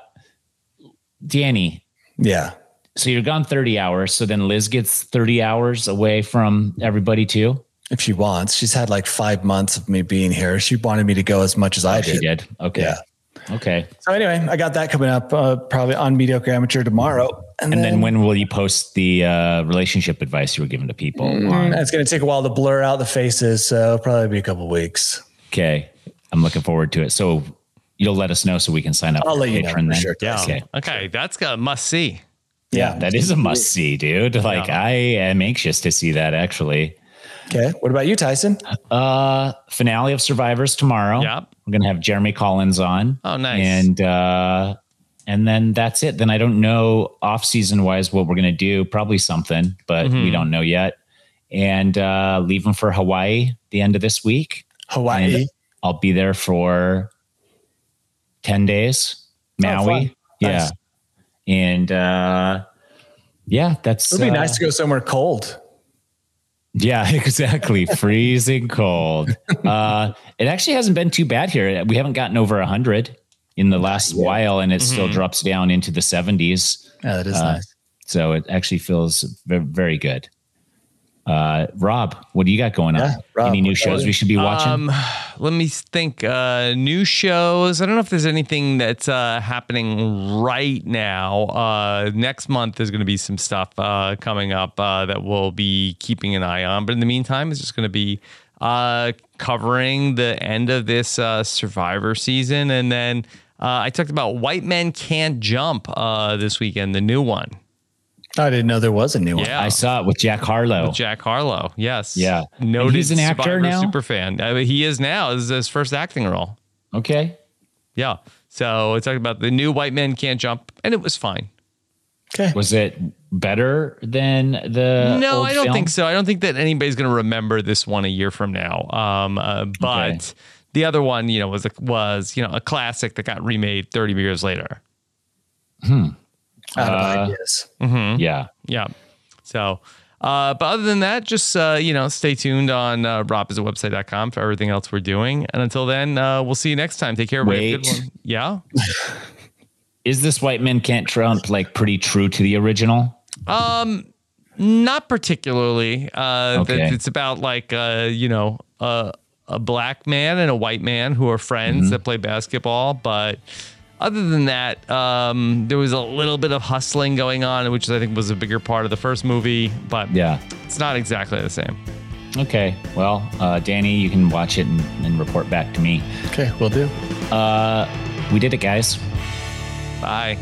C: Danny,
D: Yeah.
C: so you're gone 30 hours. So then Liz gets 30 hours away from everybody too.
D: If she wants, she's had like five months of me being here. She wanted me to go as much as I
C: She
D: did.
C: did. Okay.
D: Yeah.
C: Okay.
D: So anyway, I got that coming up uh, probably on Mediocre Amateur tomorrow.
C: And then when will you post the uh, relationship advice you were giving to people? on-
D: it's going to take a while to blur out the faces, so it'll probably be a couple weeks.
C: Okay. I'm looking forward to it. So you'll let us know so we can sign up.
D: I'll
C: for
D: let you know
C: Patreon
D: for
C: then?
D: sure.
A: Yeah.
C: Okay.
A: Okay. That's got a must see.
D: Yeah.
C: That is a must see, dude. Like I am anxious to see that actually.
D: Okay. What about you, Tyson?
C: Uh, finale of Survivors tomorrow.
A: Yep.
C: We're gonna have Jeremy Collins on.
A: Oh, nice.
C: And uh, and then that's it. Then I don't know off season wise what we're gonna do. Probably something, but
D: Mm-hmm.
C: we don't know yet. And uh, leaving for Hawaii the end of this week.
D: Hawaii.
C: And I'll be there for ten days. Maui.
D: Oh, fun.
C: yeah.
D: Nice.
C: And uh, yeah, that's
D: It'd be
C: uh,
D: nice to go somewhere cold.
C: yeah, exactly. Freezing cold. Uh, it actually hasn't been too bad here. We haven't gotten over 100 in the last while, and it
D: Mm-hmm.
C: still drops down into the 70s.
D: Yeah, that is nice.
C: So it actually feels ve- very good. Uh, Rob, what do you got going on?
D: Yeah, Rob, Um,
C: Any new
D: what
C: shows we should be watching?
A: Um, Let me think. Uh, new shows. I don't know if there's anything that's uh, happening right now. Uh, next month, there's going to be some stuff uh, coming up uh, that we'll be keeping an eye on. But in the meantime, it's just going to be uh, covering the end of this uh, Survivor season. And then uh, I talked about White Men Can't Jump uh, this weekend, the new one.
D: I didn't know there was a new one.
A: Yeah.
C: I saw it with Jack Harlow.
A: Jack Harlow. Yes.
C: Yeah. And
A: Noted
C: he's an actor
A: Survivor
C: now?
A: Superfan. I mean, he is now. This is his first acting role.
C: okay.
A: Yeah. So it's talking about the new White Men Can't Jump, and it was fine.
C: Was it better than the.
A: no,
C: Uh, old
A: I don't
C: film?
A: think so. I don't think that anybody's going to remember this one a year from now. Um, uh, but
C: Okay.
A: the other one, you know, was a, was you know a classic that got remade 30 years later.
D: Out of ideas.
C: Hmm? Yeah.
A: Yeah. So, uh, but other than that, just, uh, you know, stay tuned on uh, robisawebsite.com for everything else we're doing. And until then, uh, we'll see you next time. Take care. everybody. Have a good
C: Wait.
A: one. Yeah.
C: Is this White Men Can't Trump like pretty true to the original?
A: Not particularly. Uh,
C: Okay.
A: that it's about like, uh, you know, uh, a black man and a white man who are friends
C: Mm-hmm.
A: that play basketball. But other than that, um, there was a little bit of hustling going on, which I think was a bigger part of the first movie. But
C: Yeah.
A: it's not exactly the same.
C: Okay. Well, uh, Danny, you can watch it and, and report back to me.
D: Okay, we'll do.
C: We did it, guys.
A: Bye.